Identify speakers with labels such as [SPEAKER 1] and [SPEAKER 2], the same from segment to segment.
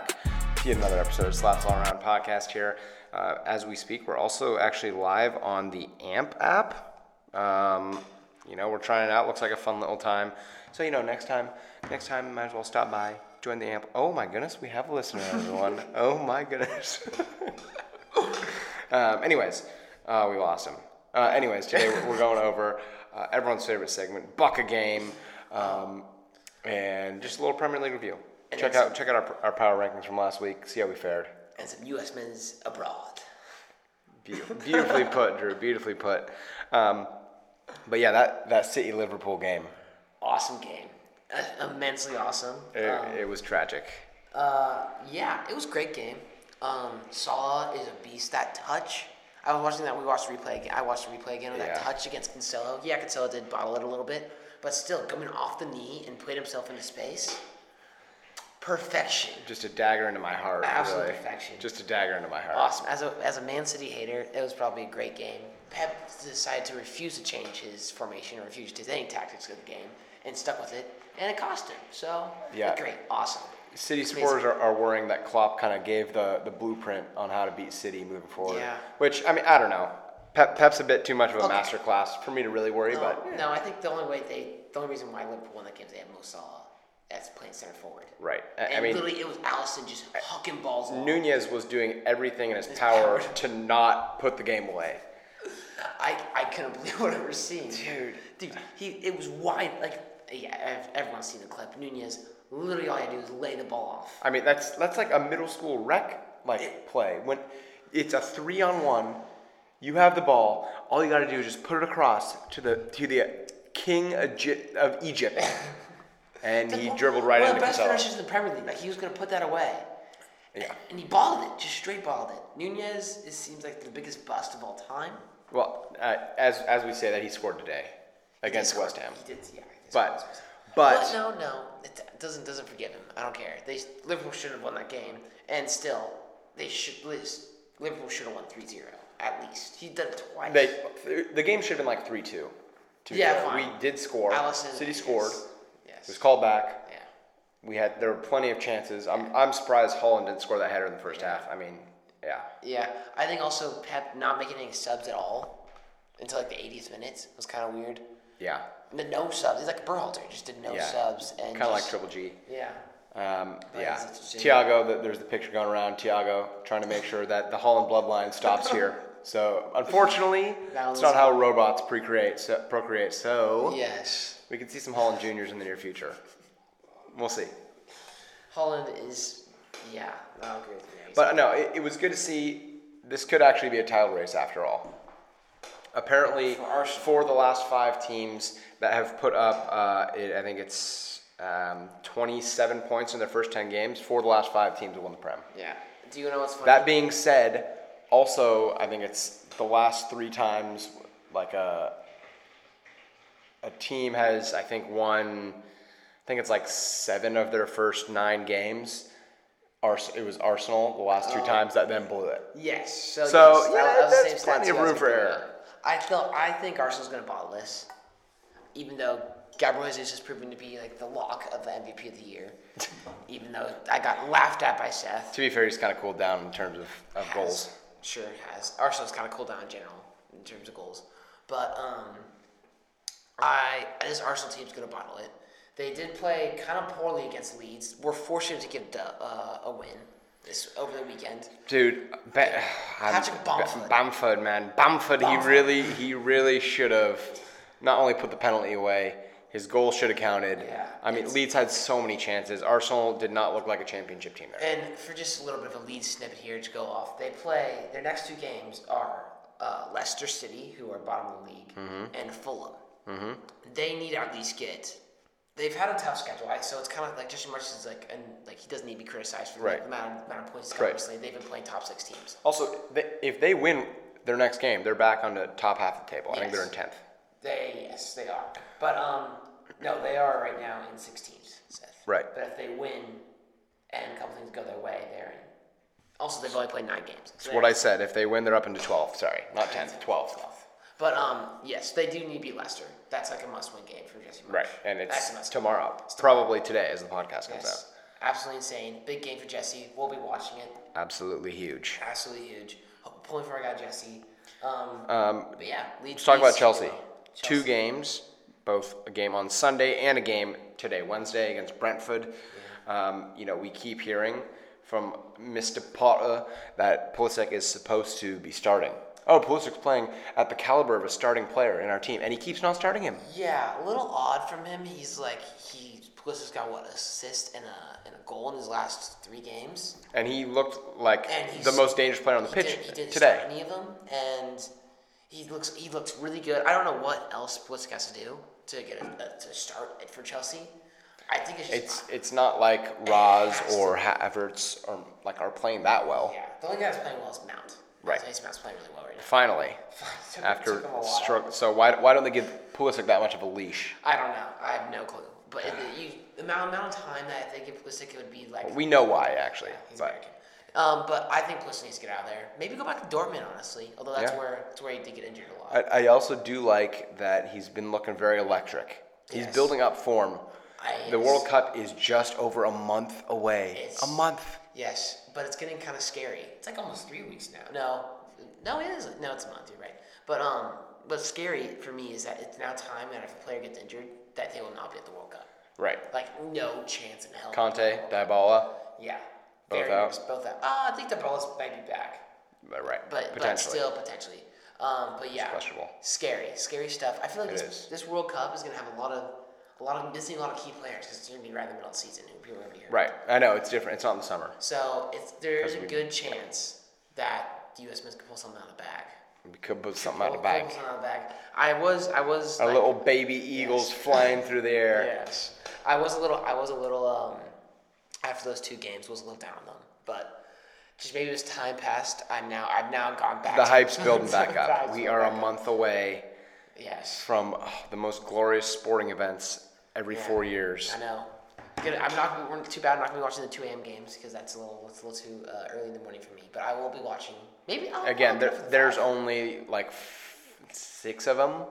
[SPEAKER 1] to yet another episode of Slaps All Around podcast here. Uh, as we speak, we're also actually live on the AMP app. Um, you know, we're trying it out. Looks like a fun little time. So, you know, next time, next time, might as well stop by, join the AMP. Oh my goodness, we have a listener, everyone. oh my goodness. um, anyways, uh, we lost him. Uh, anyways, today we're, we're going over uh, everyone's favorite segment, Buck a Game, um, and just a little Premier League review. Check out check out our, our power rankings from last week. See how we fared.
[SPEAKER 2] and some U.S. men's abroad.
[SPEAKER 1] Beautiful, beautifully put, Drew. Beautifully put. Um, but yeah, that that City Liverpool game,
[SPEAKER 2] Awesome game, Uh, immensely awesome.
[SPEAKER 1] it, it was tragic.
[SPEAKER 2] Uh, yeah, it was a great game. Um, Salah is a beast. That touch. I was watching that. We watched the replay. Again. I watched the replay again. With That
[SPEAKER 1] Yeah.
[SPEAKER 2] touch against Cancelo. Yeah, Cancelo did bottle it a little bit, but still coming off the knee and putting himself into space. Perfection.
[SPEAKER 1] Just a dagger into my heart.
[SPEAKER 2] Absolute
[SPEAKER 1] really.
[SPEAKER 2] perfection.
[SPEAKER 1] Just a dagger into my heart.
[SPEAKER 2] Awesome. As a as a Man City hater, it was probably a great game. Pep decided to refuse to change his formation or refuse to any tactics of the game and stuck with it, and it cost him. So
[SPEAKER 1] Yeah.
[SPEAKER 2] great, awesome.
[SPEAKER 1] City supporters are, are worrying that Klopp kind of gave the, the blueprint on how to beat City moving forward.
[SPEAKER 2] Yeah.
[SPEAKER 1] Which I mean, I don't know. Pep, Pep's a bit too much of a
[SPEAKER 2] Okay.
[SPEAKER 1] masterclass for me to really worry,
[SPEAKER 2] No,
[SPEAKER 1] but
[SPEAKER 2] no, I think the only way they, the only reason why Liverpool won that game is they had Mo Salah as playing center forward.
[SPEAKER 1] right. I, I
[SPEAKER 2] And
[SPEAKER 1] mean,
[SPEAKER 2] literally, it was Allison just hucking balls. long.
[SPEAKER 1] Nunez was doing everything in his power to not put the game away.
[SPEAKER 2] I, I couldn't believe what I was seeing. Dude. Dude, he it was wide like yeah, ev- everyone's seen the clip. Nunez literally all he had to do was lay the ball off.
[SPEAKER 1] I mean, that's that's like a middle school rec like play when it's a three on one. You have the ball. All you got to do is just put it across to the to the king of Egy- of Egypt, and he dribbled right
[SPEAKER 2] One
[SPEAKER 1] into
[SPEAKER 2] of the best
[SPEAKER 1] Cancelo.
[SPEAKER 2] finishers in the Premier League. Like he was gonna put that away.
[SPEAKER 1] Yeah.
[SPEAKER 2] And he balled it, just straight balled it. Nunez is, seems like the biggest bust of all time.
[SPEAKER 1] Well, uh, as as we say that he scored today against West Ham,
[SPEAKER 2] He did, yeah. he did score
[SPEAKER 1] but
[SPEAKER 2] against West Ham.
[SPEAKER 1] but
[SPEAKER 2] no, no, it doesn't doesn't forgive him. I don't care. They Liverpool should have won that game, and still they should lose. Liverpool should have won 3-0 at least. He did it twice.
[SPEAKER 1] they the game should have been like three two.
[SPEAKER 2] Yeah,
[SPEAKER 1] we
[SPEAKER 2] fine.
[SPEAKER 1] did score.
[SPEAKER 2] Allison
[SPEAKER 1] City scored.
[SPEAKER 2] Yes.
[SPEAKER 1] It was called back.
[SPEAKER 2] Yeah.
[SPEAKER 1] We had there were plenty of chances. I'm I'm surprised Holland didn't score that header in the first half. I mean, yeah.
[SPEAKER 2] Yeah, I think also Pep not making any subs at all until like the 80th minute was kind of weird.
[SPEAKER 1] Yeah.
[SPEAKER 2] The no subs. He's like Berhalter, just did no
[SPEAKER 1] Yeah.
[SPEAKER 2] subs and
[SPEAKER 1] Kind of like
[SPEAKER 2] just-
[SPEAKER 1] Triple G.
[SPEAKER 2] Yeah.
[SPEAKER 1] Um, yeah.
[SPEAKER 2] it's a shame.
[SPEAKER 1] Tiago, the, there's the picture going around. Tiago trying to make sure that the Holland bloodline stops here. So unfortunately,
[SPEAKER 2] That
[SPEAKER 1] it's
[SPEAKER 2] was-
[SPEAKER 1] not how robots procreate. So, procreate. So
[SPEAKER 2] Yes.
[SPEAKER 1] we could see some Holland juniors in the near future. We'll see.
[SPEAKER 2] Holland is. Yeah. I agree with you. He's-
[SPEAKER 1] But no, it, it was good to see. This could actually be a title race after all. Apparently,
[SPEAKER 2] For Arsenal.
[SPEAKER 1] for the last five teams that have put up, uh, it, I think it's um, 27 points in their first 10 games. For the last five teams have won the Prem.
[SPEAKER 2] yeah. Do you know what's funny?
[SPEAKER 1] That being said, also I think it's the last three times like a a team has I think won I think it's like seven of their first nine games. Ars- it was Arsenal the last two times that then blew it.
[SPEAKER 2] Yes. So,
[SPEAKER 1] So,
[SPEAKER 2] yes,
[SPEAKER 1] yeah,
[SPEAKER 2] that, that was the
[SPEAKER 1] that's
[SPEAKER 2] same stat
[SPEAKER 1] plenty
[SPEAKER 2] too.
[SPEAKER 1] of
[SPEAKER 2] I was
[SPEAKER 1] room for
[SPEAKER 2] looking at
[SPEAKER 1] error.
[SPEAKER 2] it. I feel I think Arsenal's going to bottle this, even though Gabriel Jesus has proven to be like the lock of the MVP of the year. even though I got laughed at by Seth.
[SPEAKER 1] To be fair, he's kind of cooled down in terms of, of goals.
[SPEAKER 2] Sure has. Arsenal's kind of cooled down in general in terms of goals, but um, I this Arsenal team's going to bottle it. They did play kind of poorly against Leeds. We're fortunate to give Du- uh, a win this over the weekend.
[SPEAKER 1] Dude, Ba- I'm-
[SPEAKER 2] Patrick Bamford.
[SPEAKER 1] Ba- Bamford, man, Bamford. He really, he really should have not only put the penalty away. His goal should have counted.
[SPEAKER 2] Yeah,
[SPEAKER 1] I mean, Leeds had so many chances. Arsenal did not look like a championship team there.
[SPEAKER 2] And for just a little bit of a lead snippet here to go off, they play their next two games are uh, Leicester City, who are bottom of the league, and Fulham. Mm-hmm. They need to at least get. They've had a tough schedule, right? So it's kind of like just as much as like and like he doesn't need to be criticized for
[SPEAKER 1] Right.
[SPEAKER 2] the amount, amount of points he's got
[SPEAKER 1] Right.
[SPEAKER 2] recently. They've been playing top six teams.
[SPEAKER 1] Also, they, if they win their next game, they're back on the top half of the table. I think
[SPEAKER 2] Yes.
[SPEAKER 1] they're in tenth.
[SPEAKER 2] They yes, they are. But um, no, they are right now in 16th, Seth.
[SPEAKER 1] Right.
[SPEAKER 2] But if they win, and a couple things go their way, they're in. Also, they've only played nine games. So
[SPEAKER 1] What I said, if they win, they're up into twelfth. Sorry, not tenth, twelfth.
[SPEAKER 2] But um, yes, they do need to beat Leicester. That's like a must-win game for Jesse. Marsh.
[SPEAKER 1] Right, and
[SPEAKER 2] That's a
[SPEAKER 1] it's
[SPEAKER 2] must.
[SPEAKER 1] tomorrow, probably today, as the podcast comes
[SPEAKER 2] Yes.
[SPEAKER 1] out.
[SPEAKER 2] Absolutely insane. Big game for Jesse. We'll be watching it.
[SPEAKER 1] Absolutely huge.
[SPEAKER 2] Absolutely huge. Hope- Pulling for our guy Jesse. Um,
[SPEAKER 1] Um,
[SPEAKER 2] but yeah, Leeds.
[SPEAKER 1] Let's talk about
[SPEAKER 2] Leeds
[SPEAKER 1] Chelsea. Two
[SPEAKER 2] Chelsea.
[SPEAKER 1] games, both a game on Sunday and a game today, Wednesday, against Brentford. Um, you know, we keep hearing from Mr. Potter that Pulisic is supposed to be starting. Oh, Pulisic's playing at the caliber of a starting player in our team, and he keeps not starting him.
[SPEAKER 2] Yeah, a little odd from him. He's like he Pulisic's got what assist and a and a goal in his last three games.
[SPEAKER 1] And he looked like
[SPEAKER 2] And he's-
[SPEAKER 1] the most dangerous player on the
[SPEAKER 2] He
[SPEAKER 1] pitch
[SPEAKER 2] didn't- he didn't start
[SPEAKER 1] today.
[SPEAKER 2] any of them, and he looks he looks really good. I don't know what else Pulisic has to do to get a, to start it for Chelsea. I think it's just
[SPEAKER 1] It's it's not like Roz
[SPEAKER 2] has to
[SPEAKER 1] or Havertz or like are playing that well.
[SPEAKER 2] yeah. The only guy that's playing well is Mount.
[SPEAKER 1] Right.
[SPEAKER 2] Mason Mount's playing really well right now.
[SPEAKER 1] Finally,
[SPEAKER 2] Took-
[SPEAKER 1] after
[SPEAKER 2] took him a while.
[SPEAKER 1] struggle, so why why don't they give Pulisic that much of a leash?
[SPEAKER 2] I don't know. I have no clue. But the, you, the amount, amount of time that I think if Pulisic would be like
[SPEAKER 1] We know why, actually.
[SPEAKER 2] He's
[SPEAKER 1] But
[SPEAKER 2] American. Um, but I think Pulisic needs to get out of there. Maybe go back to Dortmund, honestly. Although that's
[SPEAKER 1] Yeah.
[SPEAKER 2] where that's where he did get injured a lot.
[SPEAKER 1] I, I also do like that he's been looking very electric. He's
[SPEAKER 2] Yes.
[SPEAKER 1] building up form.
[SPEAKER 2] I-
[SPEAKER 1] The World Cup is just over a month away.
[SPEAKER 2] It's-
[SPEAKER 1] A month.
[SPEAKER 2] yes, but it's getting kind of scary. It's like almost three weeks now. No, no, it isn't. No, it's a month. You're right. But um, what's scary for me is that it's now time that if a player gets injured, that they will not be at the World Cup.
[SPEAKER 1] Right.
[SPEAKER 2] Like no chance in hell.
[SPEAKER 1] Conte, Dybala.
[SPEAKER 2] yeah,
[SPEAKER 1] Both
[SPEAKER 2] Very
[SPEAKER 1] out?
[SPEAKER 2] nervous, Both out. Ah, I think the Brawlers might be back.
[SPEAKER 1] But right.
[SPEAKER 2] but but
[SPEAKER 1] potentially.
[SPEAKER 2] still potentially. Um, but yeah,
[SPEAKER 1] questionable.
[SPEAKER 2] Scary, scary stuff. I feel like
[SPEAKER 1] It
[SPEAKER 2] this,
[SPEAKER 1] is.
[SPEAKER 2] this World Cup is gonna have a lot of a lot of missing a lot of key players because it's gonna be right in the middle of the season and people are gonna be here.
[SPEAKER 1] right. I know it's different. It's not in the summer.
[SPEAKER 2] So it's there is a
[SPEAKER 1] we-
[SPEAKER 2] good chance that the U.S. men's could pull something out of the bag.
[SPEAKER 1] We could put something out of
[SPEAKER 2] Pull-
[SPEAKER 1] the
[SPEAKER 2] pull
[SPEAKER 1] bag.
[SPEAKER 2] something out of the bag. I was I was
[SPEAKER 1] A
[SPEAKER 2] like-
[SPEAKER 1] little baby eagles flying through the air.
[SPEAKER 2] Yes, I was a little I was a little um after those two games was a little down on them, but. Just maybe as time passed, I'm now I've now gone back.
[SPEAKER 1] The
[SPEAKER 2] to-
[SPEAKER 1] hype's building
[SPEAKER 2] the
[SPEAKER 1] back up.
[SPEAKER 2] hype's
[SPEAKER 1] We
[SPEAKER 2] building
[SPEAKER 1] are a
[SPEAKER 2] back up.
[SPEAKER 1] month away
[SPEAKER 2] Yes.
[SPEAKER 1] from oh, the most glorious sporting events every four years.
[SPEAKER 2] I know. Good. I'm not. gonna- We're too bad. I'm not gonna be watching the two a.m. games because that's a little. It's a little too uh, early in the morning for me. But I will be watching. Maybe I'll, I'll
[SPEAKER 1] Again,
[SPEAKER 2] get
[SPEAKER 1] there,
[SPEAKER 2] up for the
[SPEAKER 1] there's
[SPEAKER 2] five.
[SPEAKER 1] only like f- six of them,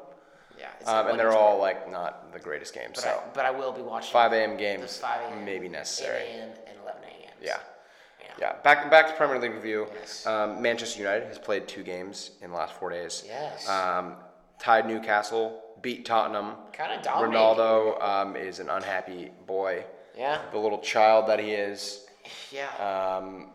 [SPEAKER 2] yeah, it's
[SPEAKER 1] um,
[SPEAKER 2] one
[SPEAKER 1] and they're
[SPEAKER 2] each,
[SPEAKER 1] all like not the greatest games.
[SPEAKER 2] But,
[SPEAKER 1] So
[SPEAKER 2] I, but I will be watching
[SPEAKER 1] 5 a.m.
[SPEAKER 2] the
[SPEAKER 1] games
[SPEAKER 2] five a.m.
[SPEAKER 1] maybe necessary.
[SPEAKER 2] Eight a.m. and eleven a.m.
[SPEAKER 1] Yeah,
[SPEAKER 2] Yeah.
[SPEAKER 1] yeah. Back back to Premier League review.
[SPEAKER 2] Yes.
[SPEAKER 1] Um, Manchester United has played two games in the last four days.
[SPEAKER 2] Yes.
[SPEAKER 1] Um, tied Newcastle, beat Tottenham.
[SPEAKER 2] Kind of dominating.
[SPEAKER 1] Ronaldo Uh, um, is an unhappy boy,
[SPEAKER 2] Yeah.
[SPEAKER 1] the little child that he is.
[SPEAKER 2] Yeah.
[SPEAKER 1] Um,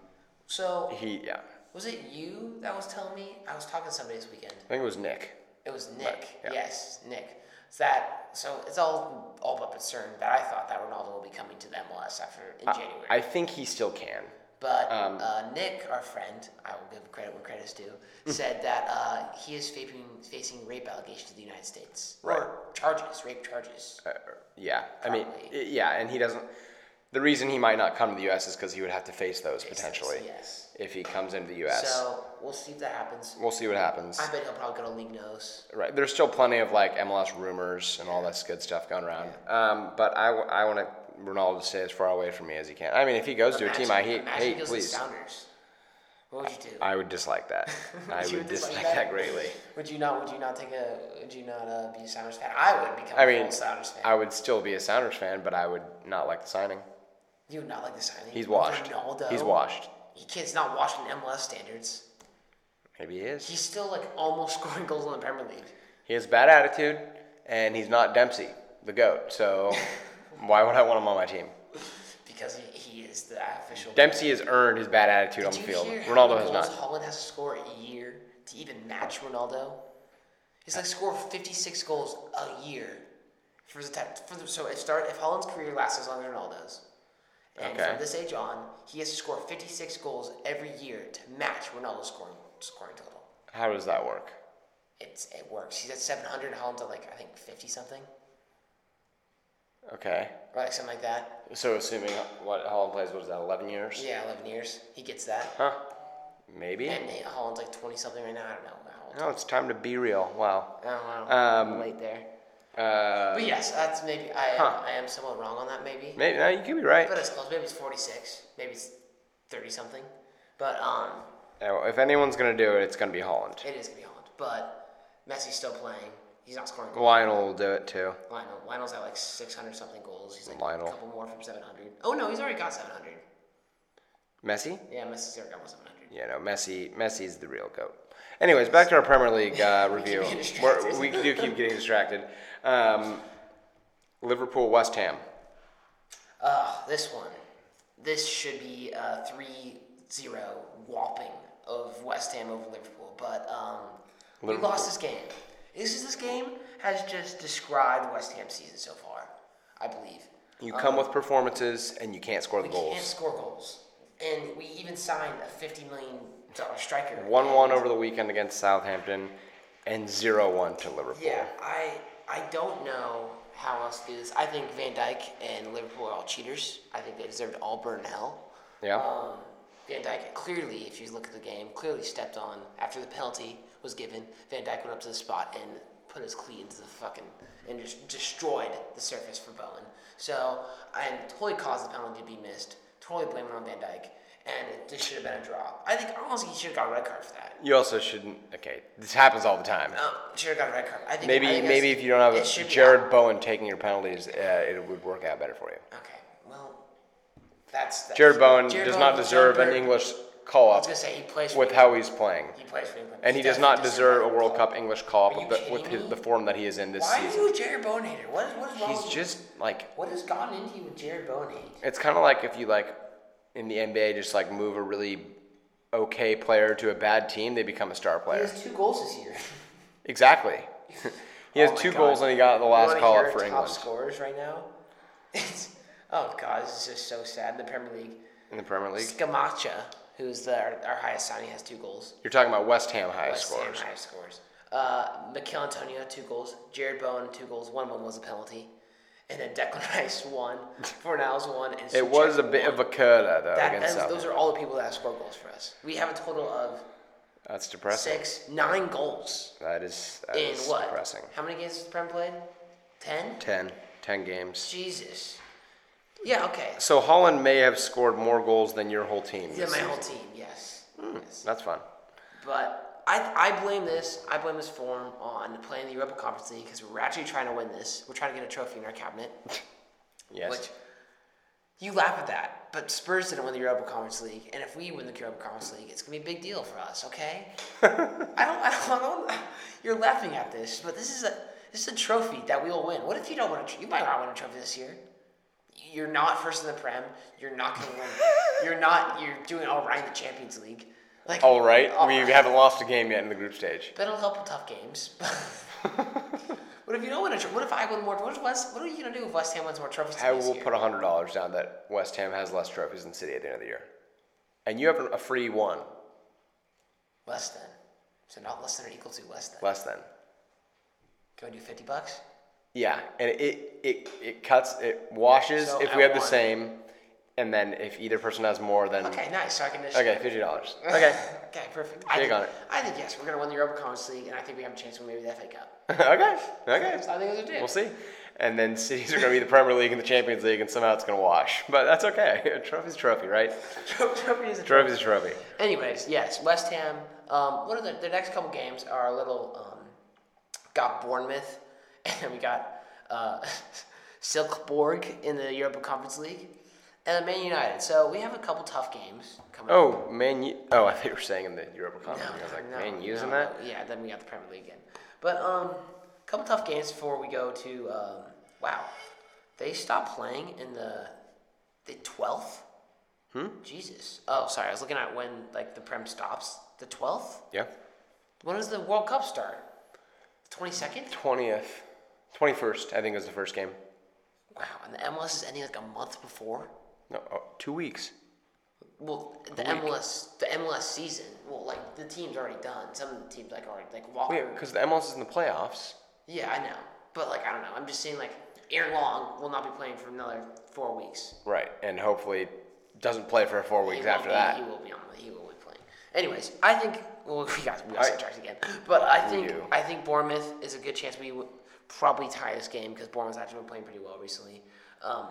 [SPEAKER 2] so
[SPEAKER 1] he yeah.
[SPEAKER 2] was it you that was telling me? I was talking to somebody this weekend.
[SPEAKER 1] I think it was Nick.
[SPEAKER 2] It was Nick.
[SPEAKER 1] yeah.
[SPEAKER 2] Yes, Nick. So that so it's all all but concerned that I thought that Ronaldo will be coming to the MLS after in January.
[SPEAKER 1] Uh, I um, think he still can.
[SPEAKER 2] But uh, Nick, our friend, I will give credit where credit is due,
[SPEAKER 1] Hmm.
[SPEAKER 2] said that uh, he is facing, facing rape allegations in the United States. Or charges, rape charges.
[SPEAKER 1] Uh, Yeah, I mean,
[SPEAKER 2] Probably.
[SPEAKER 1] i- yeah, and he doesn't. The reason he might not come to the U.S. is because he would have to face those potentially
[SPEAKER 2] Yes.
[SPEAKER 1] if he comes into the U.S.
[SPEAKER 2] So we'll see if that happens.
[SPEAKER 1] we'll see what happens.
[SPEAKER 2] I bet he'll probably go to League Nose.
[SPEAKER 1] right, there's still plenty of like MLS rumors and all this good stuff going around. Um, but I, w- I want to Ronaldo to stay as far away from me as he can. I mean, if he goes to a team I hate,
[SPEAKER 2] imagine he
[SPEAKER 1] hate
[SPEAKER 2] goes to the
[SPEAKER 1] please,
[SPEAKER 2] Sounders. What would you do?
[SPEAKER 1] I would dislike that. I
[SPEAKER 2] You
[SPEAKER 1] would dislike that greatly.
[SPEAKER 2] Would you not? Would you not take a? Would you not uh, be a Sounders fan? I would become
[SPEAKER 1] I
[SPEAKER 2] a
[SPEAKER 1] mean,
[SPEAKER 2] full Sounders fan.
[SPEAKER 1] I would still be a Sounders fan, but I would not like the signing.
[SPEAKER 2] you would not like the signing.
[SPEAKER 1] He's
[SPEAKER 2] of
[SPEAKER 1] washed.
[SPEAKER 2] Ronaldo.
[SPEAKER 1] He's washed.
[SPEAKER 2] He kid's not washing MLS standards.
[SPEAKER 1] Maybe he is.
[SPEAKER 2] He's still like almost scoring goals in the Premier League.
[SPEAKER 1] He has bad attitude, and he's not Dempsey, the goat. So why would I want him on my team?
[SPEAKER 2] because he, he is the official.
[SPEAKER 1] Dempsey has earned his bad attitude on
[SPEAKER 2] Do
[SPEAKER 1] the
[SPEAKER 2] you
[SPEAKER 1] field.
[SPEAKER 2] hear how
[SPEAKER 1] Ronaldo
[SPEAKER 2] many
[SPEAKER 1] has
[SPEAKER 2] goals
[SPEAKER 1] not.
[SPEAKER 2] Holland has to score a year to even match Ronaldo. He's like scored 56 goals a year for his attack. For the, so if start if Holland's career lasts as long as Ronaldo's, and
[SPEAKER 1] Okay.
[SPEAKER 2] from this age on, he has to score 56 goals every year to match Ronaldo's scoring scoring total.
[SPEAKER 1] How does that work?
[SPEAKER 2] It's it works. He's at 700. Holland's at like I think 50 something
[SPEAKER 1] Okay.
[SPEAKER 2] or like something like that.
[SPEAKER 1] So assuming what Holland plays, what is that, 11 years?
[SPEAKER 2] Yeah, 11 years. He gets that.
[SPEAKER 1] Huh? Maybe.
[SPEAKER 2] And Nate Holland's like 20 something right now. I don't know. how old
[SPEAKER 1] No, it's time to be real. Wow.
[SPEAKER 2] Oh, wow.
[SPEAKER 1] Um,
[SPEAKER 2] late there.
[SPEAKER 1] Uh,
[SPEAKER 2] But Oh, yes, that's maybe I am,
[SPEAKER 1] Huh.
[SPEAKER 2] I am somewhat wrong on that maybe.
[SPEAKER 1] maybe no, you could be right.
[SPEAKER 2] But it's close. Maybe it's forty six. Maybe it's thirty something. But um,
[SPEAKER 1] Oh, If anyone's gonna do it, it's gonna be Holland.
[SPEAKER 2] it is gonna be Holland. But Messi's still playing. He's not scoring. Goals.
[SPEAKER 1] Lionel will do it too.
[SPEAKER 2] Lionel. Lionel's at like 600 something goals. He's like
[SPEAKER 1] Lionel.
[SPEAKER 2] a couple more from 700. Oh no, he's already got 700.
[SPEAKER 1] Messi?
[SPEAKER 2] Yeah, Messi's already got 700.
[SPEAKER 1] Yeah, no, Messi. Messi's the real goat. Anyways, back to our Premier League uh, review.
[SPEAKER 2] getting
[SPEAKER 1] We're-
[SPEAKER 2] distracted.
[SPEAKER 1] we do keep getting distracted. Um, Liverpool, West Ham.
[SPEAKER 2] Uh, this one. This should be a 3 0 whopping of West Ham over Liverpool, but um, we
[SPEAKER 1] Liverpool.
[SPEAKER 2] lost this game. This is this game has just described West Ham season so far, I believe.
[SPEAKER 1] You come with performances and you can't score the
[SPEAKER 2] Uh-huh. Can't
[SPEAKER 1] goals.
[SPEAKER 2] score goals. And we even signed a $50 million striker.
[SPEAKER 1] 1 1 over the weekend against Southampton and 0 1 to Liverpool.
[SPEAKER 2] Yeah, I I don't know how else to do this. I think Van Dyke and Liverpool are all cheaters. I think they deserved all burn in hell.
[SPEAKER 1] Yeah.
[SPEAKER 2] Um, Van Dyke clearly, if you look at the game, clearly stepped on after the penalty was given. Van Dyke went up to the spot and put his cleat into the fucking and just destroyed the surface for Bowen. So I totally caused the penalty to be missed. Totally blame it on Van Dyke, and this should have been a draw. I think honestly he should have got a red card for that.
[SPEAKER 1] You also shouldn't. Okay, this happens all the time.
[SPEAKER 2] Um, should have got a red card. I think
[SPEAKER 1] Maybe
[SPEAKER 2] I think
[SPEAKER 1] maybe
[SPEAKER 2] that's-
[SPEAKER 1] if you don't have
[SPEAKER 2] it should
[SPEAKER 1] a
[SPEAKER 2] be
[SPEAKER 1] Jared Bowen taking your penalties, uh, it would work out better for you.
[SPEAKER 2] Okay, well, that's, that's
[SPEAKER 1] Jared Bowen does
[SPEAKER 2] Bowen
[SPEAKER 1] not
[SPEAKER 2] was
[SPEAKER 1] deserve an
[SPEAKER 2] England-
[SPEAKER 1] English call
[SPEAKER 2] I was
[SPEAKER 1] up
[SPEAKER 2] gonna say he plays for
[SPEAKER 1] with
[SPEAKER 2] England.
[SPEAKER 1] how he's playing,
[SPEAKER 2] he plays for England.
[SPEAKER 1] and he
[SPEAKER 2] He's
[SPEAKER 1] does not
[SPEAKER 2] definitely
[SPEAKER 1] deserve a
[SPEAKER 2] deserved
[SPEAKER 1] World Cup English call
[SPEAKER 2] Are
[SPEAKER 1] up
[SPEAKER 2] you
[SPEAKER 1] with, with
[SPEAKER 2] kidding
[SPEAKER 1] his,
[SPEAKER 2] me?
[SPEAKER 1] the form that he is in this
[SPEAKER 2] Why
[SPEAKER 1] season.
[SPEAKER 2] are you a Jared Bowen hater? What is what is wrong?
[SPEAKER 1] He's
[SPEAKER 2] with you?
[SPEAKER 1] just like
[SPEAKER 2] what has gotten into you with Jared Bowen hate?
[SPEAKER 1] it's kind of like if you like in the NBA just like move a really okay player to a bad team, they become a star
[SPEAKER 2] He
[SPEAKER 1] player.
[SPEAKER 2] has two goals this year.
[SPEAKER 1] Exactly. he has
[SPEAKER 2] two
[SPEAKER 1] two goals and he got the last call up for
[SPEAKER 2] Top
[SPEAKER 1] England
[SPEAKER 2] scorers right now. It's oh god, this is just so sad. The Premier League,
[SPEAKER 1] in the Premier League.
[SPEAKER 2] Scamacha, who's the, our, our highest signing, has two goals.
[SPEAKER 1] You're talking about West Ham highest
[SPEAKER 2] West Ham
[SPEAKER 1] scorers.
[SPEAKER 2] highest scores. Uh, Mikel Antonio two goals. Jared Bowen two goals. One of them was a penalty, and then Declan Rice one. Fornals one. And
[SPEAKER 1] It was a bit of a curler though
[SPEAKER 2] That,
[SPEAKER 1] against
[SPEAKER 2] that's,
[SPEAKER 1] Southampton.
[SPEAKER 2] those are all the people that have scored goals for us. We have a total of
[SPEAKER 1] That's depressing.
[SPEAKER 2] six, nine goals
[SPEAKER 1] That is that
[SPEAKER 2] in
[SPEAKER 1] is
[SPEAKER 2] what?
[SPEAKER 1] depressing.
[SPEAKER 2] How many games has the Prem played? Ten.
[SPEAKER 1] Ten. Ten games.
[SPEAKER 2] Jesus. Yeah. Okay.
[SPEAKER 1] So Holland may have scored more goals than your whole team.
[SPEAKER 2] Yeah,
[SPEAKER 1] this
[SPEAKER 2] my whole
[SPEAKER 1] season.
[SPEAKER 2] team. Yes. Yes.
[SPEAKER 1] That's fun.
[SPEAKER 2] But I, I blame this. I blame this form on playing the Europa Conference League because we're actually trying to win this. We're trying to get a trophy in our cabinet.
[SPEAKER 1] Yes.
[SPEAKER 2] Which you laugh at that, but Spurs didn't win the Europa Conference League, and if we win the Europa Conference League, it's gonna be a big deal for us. Okay? I don't. I don't. I don't you're laughing at this, but this is a this is a trophy that we will win. What if you don't win? A tr- you might not win a trophy this year. You're not first in the Prem. You're not gonna win. you're not. You're doing all right in the Champions League. Like
[SPEAKER 1] All right.
[SPEAKER 2] all
[SPEAKER 1] we
[SPEAKER 2] right.
[SPEAKER 1] haven't lost a game yet in the group stage.
[SPEAKER 2] But it'll help with tough games. what if you don't win a trophy? What if I win more? What if West, What are you gonna do if West Ham wins more trophies?
[SPEAKER 1] I
[SPEAKER 2] than this
[SPEAKER 1] will
[SPEAKER 2] year?
[SPEAKER 1] put hundred dollars down that West Ham has less trophies than City at the end of the year, and you have a free one
[SPEAKER 2] less than. So not less than or equal to less than.
[SPEAKER 1] less than.
[SPEAKER 2] Can we do fifty bucks?
[SPEAKER 1] Yeah, and it it, it cuts it washes
[SPEAKER 2] So
[SPEAKER 1] if
[SPEAKER 2] at
[SPEAKER 1] we have the
[SPEAKER 2] one.
[SPEAKER 1] same, and then if either person has more then
[SPEAKER 2] Okay, nice. So I can just
[SPEAKER 1] okay fifty dollars. Okay.
[SPEAKER 2] Okay, perfect. I
[SPEAKER 1] Big
[SPEAKER 2] think,
[SPEAKER 1] on it.
[SPEAKER 2] I think yes, we're gonna win the Europa Conference League, and I think we have a chance to win maybe the FA Cup.
[SPEAKER 1] okay. Okay.
[SPEAKER 2] So I think those are two.
[SPEAKER 1] We'll see. And then cities are going to be the Premier League and the Champions League, and somehow it's going to wash. But that's okay. A trophy's a trophy, right?
[SPEAKER 2] Trophy is a
[SPEAKER 1] Trophy's a trophy.
[SPEAKER 2] Anyways, yes, West Ham. Um, what are the, their next couple games are a little um, got Bournemouth, and then we got uh, Silkeborg in the Europa Conference League, and then Man United. So we have a couple tough games coming. up.
[SPEAKER 1] Oh, man. You, oh, I thought you were saying in the Europa Conference. I was like, man, using
[SPEAKER 2] no,
[SPEAKER 1] that?
[SPEAKER 2] no. Yeah, then we got the Premier League again. But um, couple tough games before we go to um, wow, they stopped playing in the the twelfth. Hmm. Jesus. Oh, sorry. I was looking at when like the Prem stops. The twelfth.
[SPEAKER 1] Yeah.
[SPEAKER 2] When does the World Cup start? Twenty second.
[SPEAKER 1] 20th. 21st, I think, was the first game.
[SPEAKER 2] Wow. And the MLS is ending like a month before.
[SPEAKER 1] No, oh, two weeks.
[SPEAKER 2] Well, the MLS, the MLS season. Well, like the team's already done. Some of the teams like already like walking.
[SPEAKER 1] Yeah, because the MLS is in the playoffs.
[SPEAKER 2] Yeah, I know. But like I don't know. I'm just saying like Aaron Long will not be playing for another four weeks.
[SPEAKER 1] Right. And hopefully doesn't play for four weeks
[SPEAKER 2] will
[SPEAKER 1] after
[SPEAKER 2] be-
[SPEAKER 1] that.
[SPEAKER 2] he will be on. the- He will be playing. Anyways, I think well we got we got sidetracked again. But I think
[SPEAKER 1] do.
[SPEAKER 2] I think Bournemouth is a good chance we would probably tie this game because Bournemouth's actually been playing pretty well recently. Um,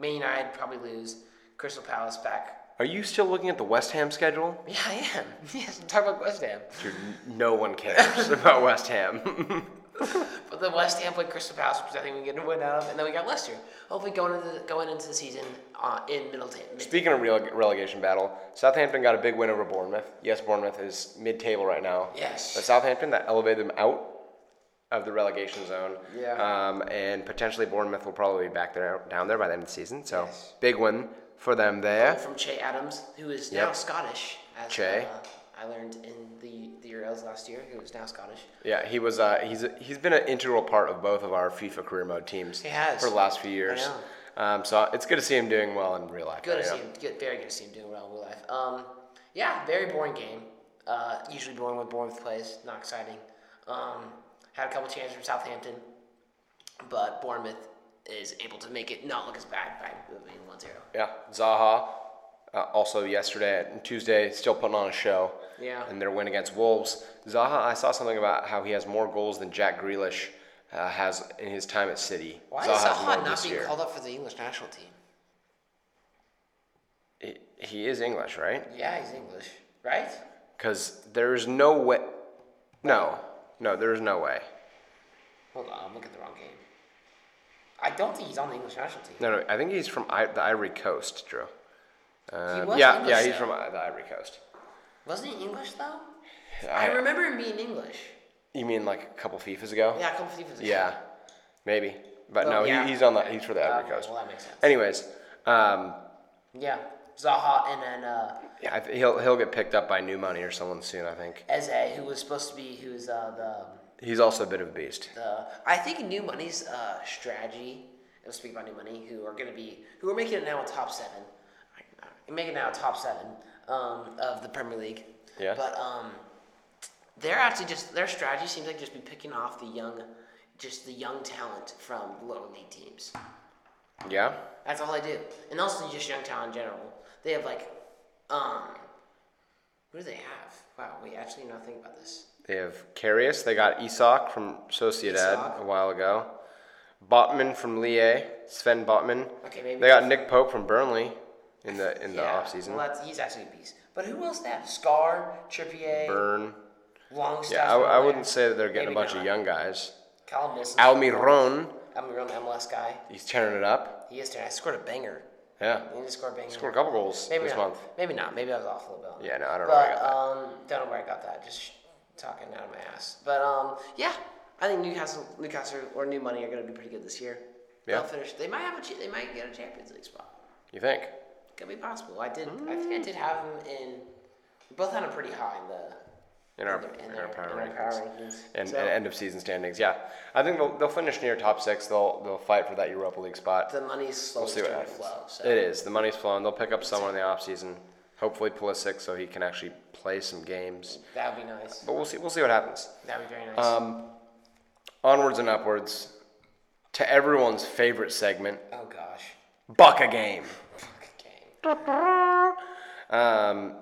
[SPEAKER 2] Man United probably lose. Crystal Palace back.
[SPEAKER 1] Are you still looking at the West Ham schedule?
[SPEAKER 2] Yeah, I am. Yes, talk about West Ham.
[SPEAKER 1] Dude, no one cares about West Ham.
[SPEAKER 2] but then West Ham played Crystal Palace, which I think we get a win out of, and then we got Leicester. Hopefully, going into the, going into the season uh, in Middleton. Mid-
[SPEAKER 1] Speaking of releg- relegation battle, Southampton got a big win over Bournemouth. Yes, Bournemouth is mid-table right now.
[SPEAKER 2] Yes.
[SPEAKER 1] But Southampton that elevated them out of the relegation zone.
[SPEAKER 2] Yeah.
[SPEAKER 1] Um, and potentially Bournemouth will probably be back there down there by the end of the season. So big win for them there.
[SPEAKER 2] from Che Adams, who is now
[SPEAKER 1] Yep.
[SPEAKER 2] Scottish. As,
[SPEAKER 1] Che.
[SPEAKER 2] Uh, I learned in the the Euros last year, who is now Scottish.
[SPEAKER 1] Yeah, he was. Uh, he's he's been an integral part of both of our FIFA career mode teams.
[SPEAKER 2] He has.
[SPEAKER 1] for the last few years. Um, so it's good to see him doing well in real life.
[SPEAKER 2] Good
[SPEAKER 1] you
[SPEAKER 2] to
[SPEAKER 1] know?
[SPEAKER 2] see him. Good, very good to see him doing well in real life. Um, yeah, very boring game. Uh, usually boring when Bournemouth plays. Not exciting. Um, had a couple chances from Southampton, but Bournemouth is able to make it not look as bad by moving 1-0.
[SPEAKER 1] Yeah, Zaha. Uh, also yesterday and Tuesday, still putting on a show.
[SPEAKER 2] Yeah.
[SPEAKER 1] And their win against Wolves. Zaha, I saw something about how he has more goals than Jack Grealish uh, has in his time at City.
[SPEAKER 2] Why
[SPEAKER 1] Zaha
[SPEAKER 2] is
[SPEAKER 1] has more
[SPEAKER 2] Zaha not
[SPEAKER 1] this
[SPEAKER 2] being
[SPEAKER 1] year.
[SPEAKER 2] called up for the English national team?
[SPEAKER 1] He, he is English, right?
[SPEAKER 2] Yeah, he's English, right?
[SPEAKER 1] Because there's no way. No, no, there's no way.
[SPEAKER 2] Hold on, I'm looking at the wrong game. I don't think he's on the English national team.
[SPEAKER 1] No, no, I think he's from I- the Ivory Coast, Drew. Uh,
[SPEAKER 2] was
[SPEAKER 1] yeah,
[SPEAKER 2] English,
[SPEAKER 1] yeah, he's
[SPEAKER 2] though.
[SPEAKER 1] from uh, the Ivory Coast.
[SPEAKER 2] Wasn't he English though? I,
[SPEAKER 1] I-
[SPEAKER 2] remember him being English.
[SPEAKER 1] You mean like a couple FIFAs ago?
[SPEAKER 2] Yeah, a couple of people.
[SPEAKER 1] Yeah, maybe. But
[SPEAKER 2] Well,
[SPEAKER 1] no,
[SPEAKER 2] yeah.
[SPEAKER 1] He, he's on the he's for the Ivory
[SPEAKER 2] Okay,
[SPEAKER 1] Coast.
[SPEAKER 2] Um, well, that makes sense.
[SPEAKER 1] Anyways, um,
[SPEAKER 2] Yeah, Zaha and then uh,
[SPEAKER 1] yeah, I th- he'll he'll get picked up by new money or someone soon. I think
[SPEAKER 2] Eze, who was supposed to be, who's uh,
[SPEAKER 1] he's also a bit of a beast.
[SPEAKER 2] the the I think New Money's uh, strategy. I'm speaking about New Money, who are going to be who are making it now a top seven, making it now a top seven um, of the Premier League.
[SPEAKER 1] Yeah.
[SPEAKER 2] But um, they're actually just their strategy seems like just be picking off the young, just the young talent from lower league teams.
[SPEAKER 1] Yeah,
[SPEAKER 2] That's all I do. And also just young talent in general. They have like, um, who do they have? Wow, we actually know nothing about this.
[SPEAKER 1] they have Carius. They got Isak from Sociedad
[SPEAKER 2] Isak.
[SPEAKER 1] a while ago. Botman from Lier, Sven Botman.
[SPEAKER 2] Okay, maybe
[SPEAKER 1] They got Nick Pope from Burnley in the in the
[SPEAKER 2] Yeah,
[SPEAKER 1] off season.
[SPEAKER 2] Well, that's, he's actually a beast. But who else they have? Scar, Trippier,
[SPEAKER 1] Burn.
[SPEAKER 2] Longstaff.
[SPEAKER 1] Yeah, I,
[SPEAKER 2] over
[SPEAKER 1] I
[SPEAKER 2] there.
[SPEAKER 1] wouldn't say that they're getting
[SPEAKER 2] Maybe
[SPEAKER 1] a bunch
[SPEAKER 2] not.
[SPEAKER 1] of young guys.
[SPEAKER 2] Kyle Wilson.
[SPEAKER 1] Almiron,
[SPEAKER 2] I'm a real MLS guy.
[SPEAKER 1] he's tearing it up.
[SPEAKER 2] He is there. I scored a banger.
[SPEAKER 1] Yeah,
[SPEAKER 2] He just scored a banger.
[SPEAKER 1] scored a couple goals
[SPEAKER 2] Maybe
[SPEAKER 1] this
[SPEAKER 2] not.
[SPEAKER 1] month.
[SPEAKER 2] Maybe not. Maybe I was off a little bit. on that.
[SPEAKER 1] Yeah, no, I don't know where I
[SPEAKER 2] but,
[SPEAKER 1] got that.
[SPEAKER 2] Um, don't know where I got that. Just sh- talking out of my ass. But um, yeah, I think Newcastle, Newcastle or New Money are going to be pretty good this year.
[SPEAKER 1] Yeah.
[SPEAKER 2] They'll finish. They might have a. Ch- they might get a Champions League spot.
[SPEAKER 1] You think?
[SPEAKER 2] Could be possible. I did. I think I did have them in. We both had them pretty high in the.
[SPEAKER 1] in our,
[SPEAKER 2] their-
[SPEAKER 1] in our
[SPEAKER 2] their-
[SPEAKER 1] power
[SPEAKER 2] in our
[SPEAKER 1] rankings.
[SPEAKER 2] rankings.
[SPEAKER 1] And,
[SPEAKER 2] So,
[SPEAKER 1] and end of season standings, yeah. I think they'll, they'll finish near top six. They'll they'll fight for that Europa League spot.
[SPEAKER 2] the money's slowly
[SPEAKER 1] We'll see what
[SPEAKER 2] starting to
[SPEAKER 1] happens.
[SPEAKER 2] flow. So
[SPEAKER 1] It is the money's flowing. They'll pick up someone in the off season. Hopefully Pulisic, so he can actually play some games.
[SPEAKER 2] that would be nice.
[SPEAKER 1] But we'll see we'll see what happens.
[SPEAKER 2] That would be very nice.
[SPEAKER 1] Um, Onwards and upwards to everyone's favorite segment,
[SPEAKER 2] oh gosh.
[SPEAKER 1] Buck a game.
[SPEAKER 2] Fuck, okay.
[SPEAKER 1] Um,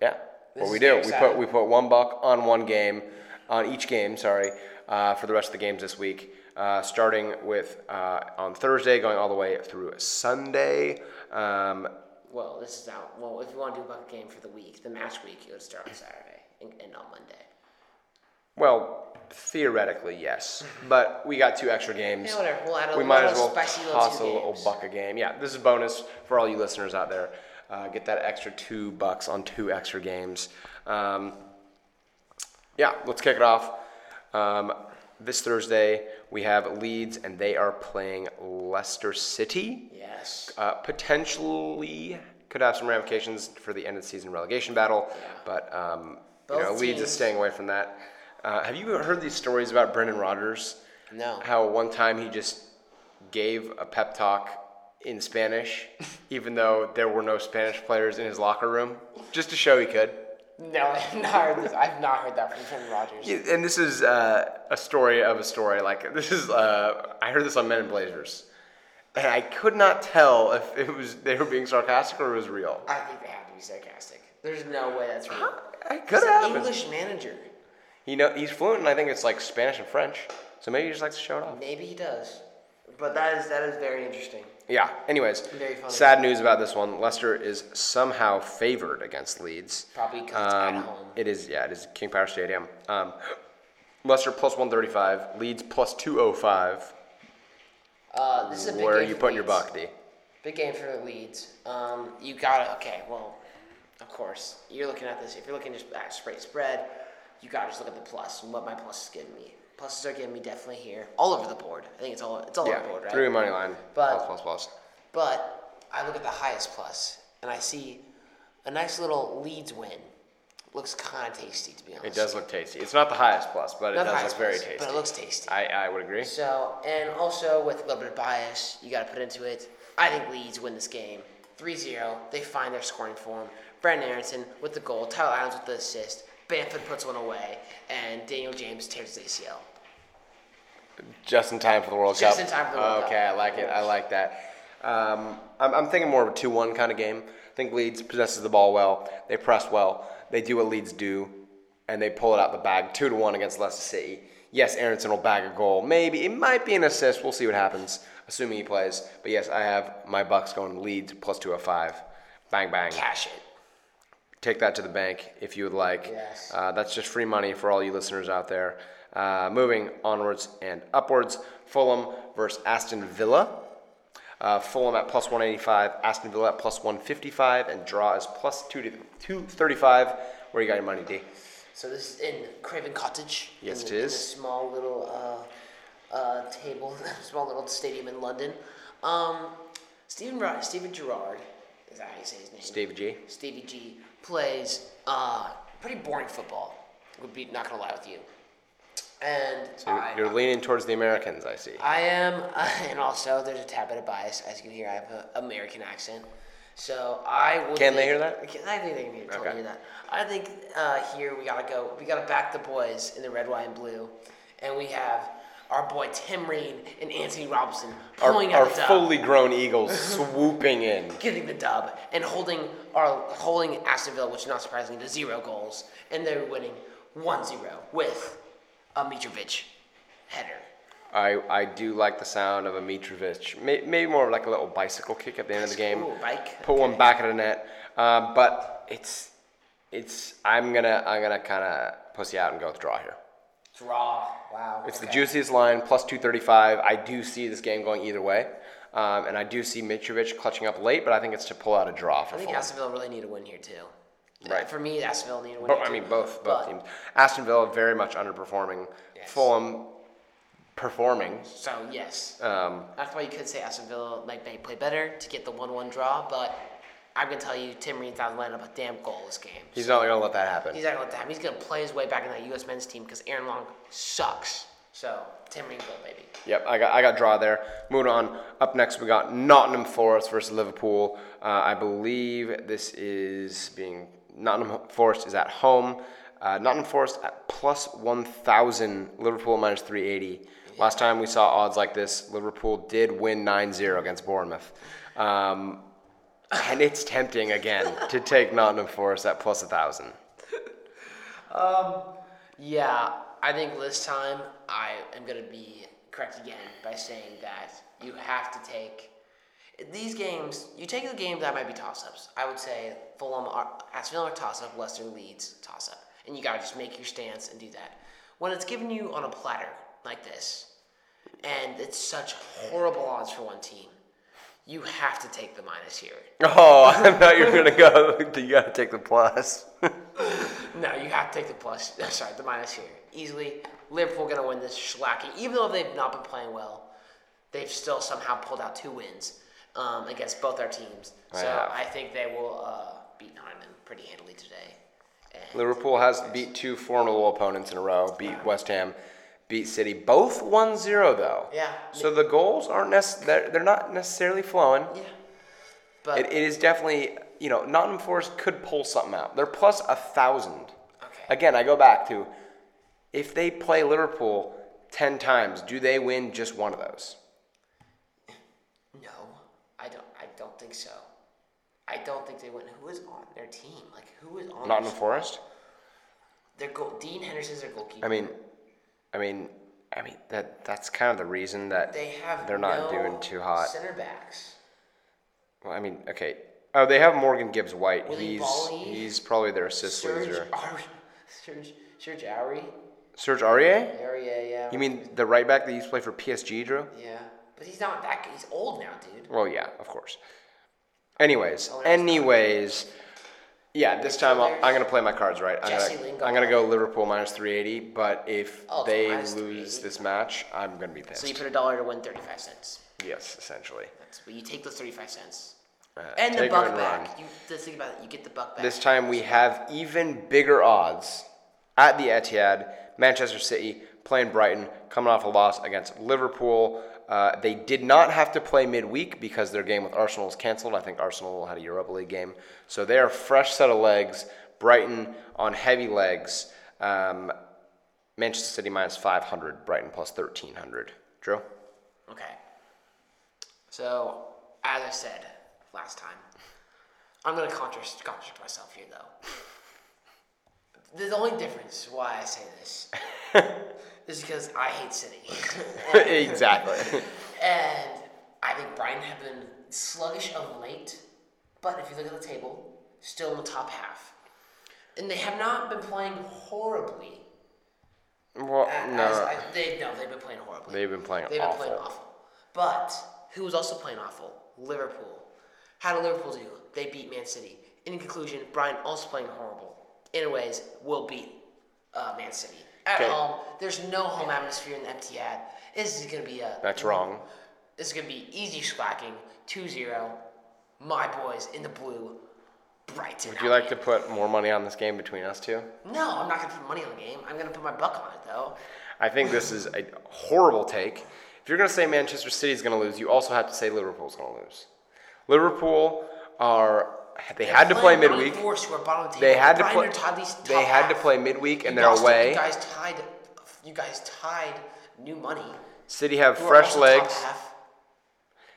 [SPEAKER 1] yeah.
[SPEAKER 2] is
[SPEAKER 1] what we do,
[SPEAKER 2] very
[SPEAKER 1] we put
[SPEAKER 2] exciting.
[SPEAKER 1] we put one buck on one game, on each game. Sorry, uh, for the rest of the games this week, uh, starting with uh, on Thursday, going all the way through Sunday. Um,
[SPEAKER 2] Well, this is out. Well, if you want to do a bucket game for the week, the match week, it would start on Saturday and end on Monday.
[SPEAKER 1] well, theoretically, yes, but we got two extra games.
[SPEAKER 2] Yeah, whatever. We'll add a
[SPEAKER 1] we might
[SPEAKER 2] little
[SPEAKER 1] as well
[SPEAKER 2] spicy little
[SPEAKER 1] toss
[SPEAKER 2] two
[SPEAKER 1] a little
[SPEAKER 2] games.
[SPEAKER 1] buck a game. Yeah, this is bonus for all you listeners out there. Uh, get that extra two bucks on two extra games. Um, yeah, let's kick it off. Um, this Thursday we have Leeds, and they are playing Leicester City.
[SPEAKER 2] Yes.
[SPEAKER 1] Uh, potentially could have some ramifications for the end of the season relegation battle, but um, you
[SPEAKER 2] Both
[SPEAKER 1] know, Leeds is
[SPEAKER 2] teams-
[SPEAKER 1] staying away from that. Uh, have you heard these stories about Brendan Rodgers?
[SPEAKER 2] No.
[SPEAKER 1] how one time he just gave a pep talk in Spanish, even though there were no Spanish players in his locker room, just to show he could.
[SPEAKER 2] No, I've not heard this. I've not heard that from Trent Rogers.
[SPEAKER 1] Yeah, And this is uh, a story of a story. Like this is, uh, I heard this on Men in Blazers, and I could not tell if it was they were being sarcastic or it was real.
[SPEAKER 2] I think they have to be sarcastic. There's no way that's real.
[SPEAKER 1] It could
[SPEAKER 2] It's an
[SPEAKER 1] happen.
[SPEAKER 2] English manager.
[SPEAKER 1] You know, he's fluent, and I think it's like Spanish and French. So maybe he just likes to show it off.
[SPEAKER 2] Maybe he does. But that is that is very interesting.
[SPEAKER 1] Yeah. Anyways,
[SPEAKER 2] Very funny.
[SPEAKER 1] sad news about this one. Leicester is somehow favored against Leeds.
[SPEAKER 2] Probably 'cause it's at
[SPEAKER 1] Um,
[SPEAKER 2] home.
[SPEAKER 1] It is. Yeah. It is King Power Stadium. Um, Leicester plus 135, Leeds plus 205.
[SPEAKER 2] Uh, this is a big
[SPEAKER 1] Where are
[SPEAKER 2] game
[SPEAKER 1] you
[SPEAKER 2] for
[SPEAKER 1] putting your
[SPEAKER 2] Leeds.
[SPEAKER 1] buck, D?
[SPEAKER 2] Big game for the Leeds. Um, you gotta okay. Well, of course you're looking at this. If you're looking just at straight spread, you gotta just look at the plus and what my plus is giving me. Pluses are giving me definitely here, all over the board. I think it's all it's all
[SPEAKER 1] Yeah,
[SPEAKER 2] over the board, right?
[SPEAKER 1] three money line. plus,
[SPEAKER 2] But-
[SPEAKER 1] plus, plus.
[SPEAKER 2] But I look at the highest plus and I see a nice little Leeds win. Looks kind of tasty, to be honest.
[SPEAKER 1] It does look tasty. It's not the highest plus, but it
[SPEAKER 2] Not the
[SPEAKER 1] does
[SPEAKER 2] highest
[SPEAKER 1] look very
[SPEAKER 2] plus,
[SPEAKER 1] tasty.
[SPEAKER 2] but it looks tasty.
[SPEAKER 1] I, I would agree.
[SPEAKER 2] So, and also with a little bit of bias, you got to put into it. I think Leeds win this game 3 0. They find their scoring form. Brandon Aronson with the goal, Tyler Adams with the assist, Bamford puts one away, and Daniel James tears his ACL.
[SPEAKER 1] Just in time for the World
[SPEAKER 2] Just
[SPEAKER 1] Cup.
[SPEAKER 2] in time for the World
[SPEAKER 1] okay, I
[SPEAKER 2] Cup.
[SPEAKER 1] like it. I like that. Um, I'm, I'm thinking more of a 2 1 kind of game. I think Leeds possesses the ball well. They press well. They do what Leeds do, and they pull it out the bag 2 to 1 against Leicester City. Yes, Aronson will bag a goal. Maybe. It might be an assist. We'll see what happens, assuming he plays. But yes, I have my Bucks going to Leeds plus 205. Bang, bang.
[SPEAKER 2] Cash it.
[SPEAKER 1] take that to the bank if you would like.
[SPEAKER 2] Yes.
[SPEAKER 1] Uh, that's just free money for all you listeners out there. Uh, moving onwards and upwards, Fulham versus Aston Villa. Uh, Fulham at plus 185, Aston Villa at plus 155, and draw is plus 2 to 235. Where you got your money, D?
[SPEAKER 2] So, this is in Craven Cottage.
[SPEAKER 1] Yes,
[SPEAKER 2] in,
[SPEAKER 1] it
[SPEAKER 2] the- in
[SPEAKER 1] is.
[SPEAKER 2] a small little uh, uh, table, small little stadium in London. Um, Stephen, Ri- Stephen Gerrard, is that how you say his name?
[SPEAKER 1] Steve G.
[SPEAKER 2] Stevie G plays uh, pretty boring football. Would be not gonna lie with you. And I,
[SPEAKER 1] You're leaning towards the Americans, I see.
[SPEAKER 2] I am, and also there's a tad bit of bias as you can hear. I have an American accent, so I would.
[SPEAKER 1] Can they
[SPEAKER 2] think-
[SPEAKER 1] hear that?
[SPEAKER 2] I think they can hear, totally
[SPEAKER 1] Okay.
[SPEAKER 2] hear that. I think uh, here we gotta go. We gotta back the boys in the red, white, and blue, and we have our boy Tim Reed and Anthony Robinson
[SPEAKER 1] Our,
[SPEAKER 2] pulling
[SPEAKER 1] our
[SPEAKER 2] out the dub
[SPEAKER 1] fully grown Eagles swooping in.
[SPEAKER 2] getting the dub and holding our holding Aston Villa, which not surprisingly, to zero goals, and they're winning 1-0 with a Mitrovic header.
[SPEAKER 1] I, I do like the sound of a Mitrovic. May, maybe more of like a little bicycle kick at the end of the game.
[SPEAKER 2] Ooh, bike.
[SPEAKER 1] Put one back of the net. Um, but it's it's I'm gonna I'm gonna kind of pussy out and go with draw here.
[SPEAKER 2] Draw. Wow.
[SPEAKER 1] It's the
[SPEAKER 2] okay.
[SPEAKER 1] juiciest line plus 235. I do see this game going either way, um, and I do see Mitrovic clutching up late. But I think it's to pull out a draw for
[SPEAKER 2] I think
[SPEAKER 1] Fulham.
[SPEAKER 2] Aston Villa really need a win here too. Uh,
[SPEAKER 1] Right.
[SPEAKER 2] For me, Aston Villa need a win.
[SPEAKER 1] But,
[SPEAKER 2] here
[SPEAKER 1] I
[SPEAKER 2] too.
[SPEAKER 1] mean both
[SPEAKER 2] But
[SPEAKER 1] both teams. Aston Villa very much underperforming. Fulham performing.
[SPEAKER 2] So yes,
[SPEAKER 1] Um,
[SPEAKER 2] that's why you could say Aston Villa like they play better to get the one-one draw. But I'm gonna tell you, Tim Reed's not laying up a damn goal this game.
[SPEAKER 1] He's not gonna let that happen.
[SPEAKER 2] He's not gonna let that happen. He's gonna play his way back in that U.S. men's team because Aaron Long sucks. So Tim Reed goal, baby.
[SPEAKER 1] Yep, I got I got draw there. Moving on. Up next, we got Nottingham Forest versus Liverpool. Uh, I believe this is being Nottingham Forest is at home. Uh, Nottingham Forest at plus one thousand. Liverpool minus three eighty. Last time we saw odds like this, Liverpool did win 9-0 against Bournemouth. Um, and it's tempting again to take Nottingham Forest at plus a thousand.
[SPEAKER 2] Yeah, I think this time I am going to be correct again by saying that you have to take these games. You take the games that might be toss ups. I would say Fulham, are- Aston Villa toss up, Leicester Leeds toss up, and you got to just make your stance and do that. When it's given you on a platter like this, and it's such horrible odds for one team, you have to take the minus here.
[SPEAKER 1] Oh, I thought you were gonna go. You gotta take the plus.
[SPEAKER 2] No, you have to take the plus. Sorry, the minus here easily. Liverpool gonna win this shellacking, even though they've not been playing well. They've still somehow pulled out two wins um, against both our teams. So
[SPEAKER 1] Yeah.
[SPEAKER 2] I think they will uh, beat Nottingham pretty handily today. And
[SPEAKER 1] Liverpool has beat two formidable opponents in a row, beat West Ham, beat City, both 1-0 though.
[SPEAKER 2] Yeah.
[SPEAKER 1] So the goals aren't nec- they're, they're not necessarily flowing.
[SPEAKER 2] yeah, but
[SPEAKER 1] It, it is definitely, you know, Nottingham Forest could pull something out. They're plus a 1,000.
[SPEAKER 2] Okay.
[SPEAKER 1] Again, I go back to if they play Liverpool 10 times, do they win just one of those?
[SPEAKER 2] no, I don't. I don't think so. I don't think they win. Who is on their team? Like who is on?
[SPEAKER 1] Nottingham Forest?
[SPEAKER 2] Their goal. Dean Henderson's their goalkeeper.
[SPEAKER 1] I mean, I mean, I mean that that's kind of the reason that
[SPEAKER 2] they have.
[SPEAKER 1] they're not
[SPEAKER 2] no
[SPEAKER 1] doing too hot.
[SPEAKER 2] Center backs.
[SPEAKER 1] Well, I mean, okay. Oh, they have Morgan Gibbs White.
[SPEAKER 2] Willie
[SPEAKER 1] he's
[SPEAKER 2] Bauley.
[SPEAKER 1] he's probably their assist
[SPEAKER 2] Serge
[SPEAKER 1] leader.
[SPEAKER 2] Auri, Serge, Serge Auri,
[SPEAKER 1] Serge Aurier?
[SPEAKER 2] Area, yeah.
[SPEAKER 1] You mean the right back that used to play for PSG, Drew?
[SPEAKER 2] yeah. But he's not that good. He's old now, dude.
[SPEAKER 1] Well, yeah, of course.
[SPEAKER 2] Oh,
[SPEAKER 1] Anyways, anyways, yeah, this time I'll, I'm gonna play my cards right. I'm
[SPEAKER 2] Jesse
[SPEAKER 1] gonna,
[SPEAKER 2] Lingard.
[SPEAKER 1] I'm gonna go Liverpool minus 380, but if
[SPEAKER 2] Oh, it's
[SPEAKER 1] they
[SPEAKER 2] minus
[SPEAKER 1] lose
[SPEAKER 2] 380.
[SPEAKER 1] this match, I'm gonna be
[SPEAKER 2] So you
[SPEAKER 1] pissed.
[SPEAKER 2] put a dollar to win 35 cents.
[SPEAKER 1] Yes, essentially.
[SPEAKER 2] That's but you take those 35 cents.
[SPEAKER 1] Uh,
[SPEAKER 2] And the
[SPEAKER 1] take
[SPEAKER 2] buck
[SPEAKER 1] and run.
[SPEAKER 2] back. You just think about it. You get the buck back.
[SPEAKER 1] This time we have even bigger odds at the Etihad. Manchester City playing Brighton, coming off a loss against Liverpool. Uh, they did not have to play midweek because their game with Arsenal was canceled. I think Arsenal had a Europa League game. So they are fresh set of legs. Brighton on heavy legs. Um, Manchester City minus 500, Brighton plus 1300. Drew?
[SPEAKER 2] Okay. So, as I said last time, I'm going to contradict, contradict myself here, though. the only difference why I say this is because I hate City.
[SPEAKER 1] exactly.
[SPEAKER 2] and I think Brighton have been sluggish of late, but if you look at the table, still in the top half. And they have not been playing horribly.
[SPEAKER 1] Well,
[SPEAKER 2] a- As
[SPEAKER 1] no.
[SPEAKER 2] I, they, no, they've been playing horribly.
[SPEAKER 1] They've been playing
[SPEAKER 2] They've
[SPEAKER 1] awful.
[SPEAKER 2] been playing awful. But who was also playing awful? Liverpool. How did Liverpool do? They beat Man City. In conclusion, Brian also playing horrible. Anyways, will beat uh, Man City at
[SPEAKER 1] Okay.
[SPEAKER 2] home. There's no home atmosphere in the empty ad. This is gonna be a.
[SPEAKER 1] That's wrong.
[SPEAKER 2] This is gonna be easy slacking 2-0. My boys in the blue. Brighton.
[SPEAKER 1] Would you like to put more money on this game between us two?
[SPEAKER 2] No, I'm not gonna put money on the game. I'm gonna put my buck on it though.
[SPEAKER 1] I think this is a horrible take. If you're going to say Manchester City's going to lose, you also have to say Liverpool's going to lose. Liverpool are they had to play
[SPEAKER 2] Playing Nottingham
[SPEAKER 1] midweek.
[SPEAKER 2] Forest, who are bottom of the
[SPEAKER 1] They
[SPEAKER 2] table.
[SPEAKER 1] had to
[SPEAKER 2] Brighton
[SPEAKER 1] play.
[SPEAKER 2] are tied these
[SPEAKER 1] They
[SPEAKER 2] top
[SPEAKER 1] had to
[SPEAKER 2] half.
[SPEAKER 1] play midweek, and
[SPEAKER 2] You
[SPEAKER 1] they're
[SPEAKER 2] lost it. You
[SPEAKER 1] away.
[SPEAKER 2] guys tied. You guys tied new money.
[SPEAKER 1] City have
[SPEAKER 2] You are
[SPEAKER 1] fresh
[SPEAKER 2] also top
[SPEAKER 1] legs.
[SPEAKER 2] half.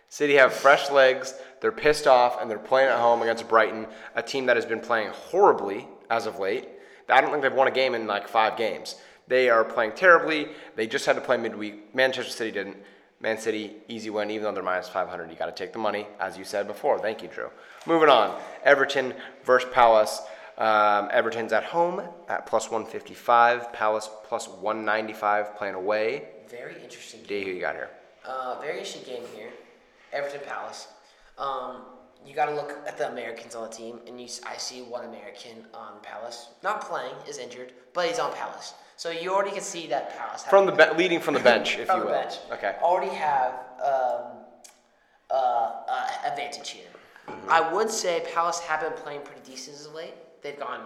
[SPEAKER 1] City have fresh legs. They're pissed off, and they're playing at home against Brighton, a team that has been playing horribly as of late. I don't think they've won a game in like five games. They are playing terribly. They just had to play midweek. Manchester City didn't. Man City, easy win, even though they're minus 500. You got to take the money, as you said before. Thank you, Drew. Moving on. Everton versus Palace. Um, Everton's at home at plus 155. Palace plus 195 playing away.
[SPEAKER 2] Very interesting.
[SPEAKER 1] D,
[SPEAKER 2] Game.
[SPEAKER 1] who you got here?
[SPEAKER 2] Uh, very interesting game here. Everton Palace. Um, you got to look at the Americans on the team, and you, s- I see one American on Palace, not playing, is injured, but he's on Palace. So you already can see that Palace. have-
[SPEAKER 1] From the be- leading from the bench, if
[SPEAKER 2] from
[SPEAKER 1] you
[SPEAKER 2] the
[SPEAKER 1] will.
[SPEAKER 2] bench.
[SPEAKER 1] Okay.
[SPEAKER 2] Already have um, uh, uh, advantage here.
[SPEAKER 1] Mm-hmm.
[SPEAKER 2] I would say Palace have been playing pretty decent as of late. They've gone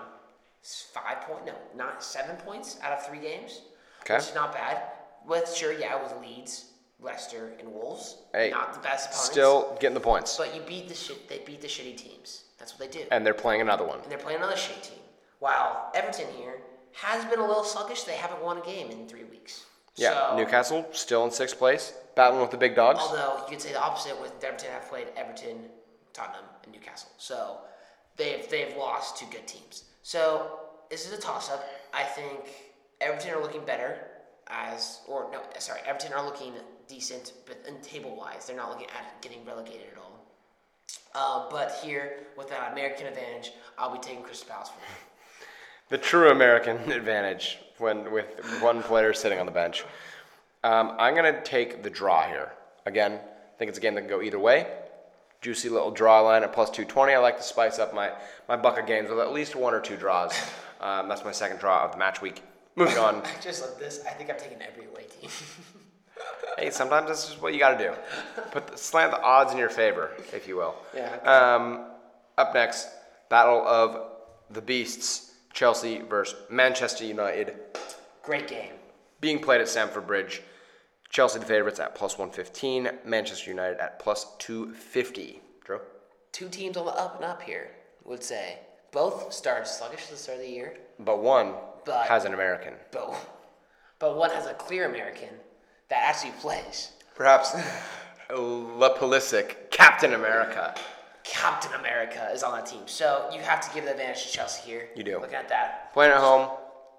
[SPEAKER 2] s- five point no, not seven points out of three games.
[SPEAKER 1] Okay.
[SPEAKER 2] Which is not bad. With sure, yeah, with Leeds, Leicester, and Wolves.
[SPEAKER 1] Hey,
[SPEAKER 2] not the best opponents.
[SPEAKER 1] Still getting the points.
[SPEAKER 2] But you beat the shit. They beat the shitty teams. That's what they do.
[SPEAKER 1] And they're playing another one.
[SPEAKER 2] and they're playing another shitty team. While Everton here has been a little sluggish. They haven't won a game in three weeks.
[SPEAKER 1] Yeah,
[SPEAKER 2] So-
[SPEAKER 1] Newcastle still in sixth place, battling with the big dogs.
[SPEAKER 2] Although you could say the opposite with Everton have played Everton, Tottenham, and Newcastle. So they've they've lost two good teams. So this is a toss up. I think Everton are looking better as or no sorry, Everton are looking decent but in table wise. They're not looking at getting relegated at all. Uh, but here with that American advantage, I'll be taking Chris Palace for that.
[SPEAKER 1] The true American advantage when with one player sitting on the bench. Um, I'm gonna take the draw here. Again, I think it's a game that can go either way. Juicy little draw line at plus 220. I like to spice up my my bucket games with at least one or two draws. Um, that's my second draw of the match week. Moving on.
[SPEAKER 2] I just love this. I think I'm taking every away team.
[SPEAKER 1] hey, sometimes that's just what you got to do. Put the, slant the odds in your favor, if you will.
[SPEAKER 2] Yeah.
[SPEAKER 1] Um, up next, battle of the beasts: Chelsea versus Manchester United,
[SPEAKER 2] Great game.
[SPEAKER 1] being played at Stamford Bridge. Chelsea the favorites at plus 115, Manchester United at plus 250. Drew,
[SPEAKER 2] two teams on the up and up here would say both started sluggish at the start of the year,
[SPEAKER 1] but one
[SPEAKER 2] But-
[SPEAKER 1] has an American.
[SPEAKER 2] but but one has a clear American that actually plays
[SPEAKER 1] Perhaps La Pulisic, Captain America.
[SPEAKER 2] Captain America is on that team. So you have to give the advantage to Chelsea here.
[SPEAKER 1] You do.
[SPEAKER 2] Looking at that
[SPEAKER 1] Playing at home,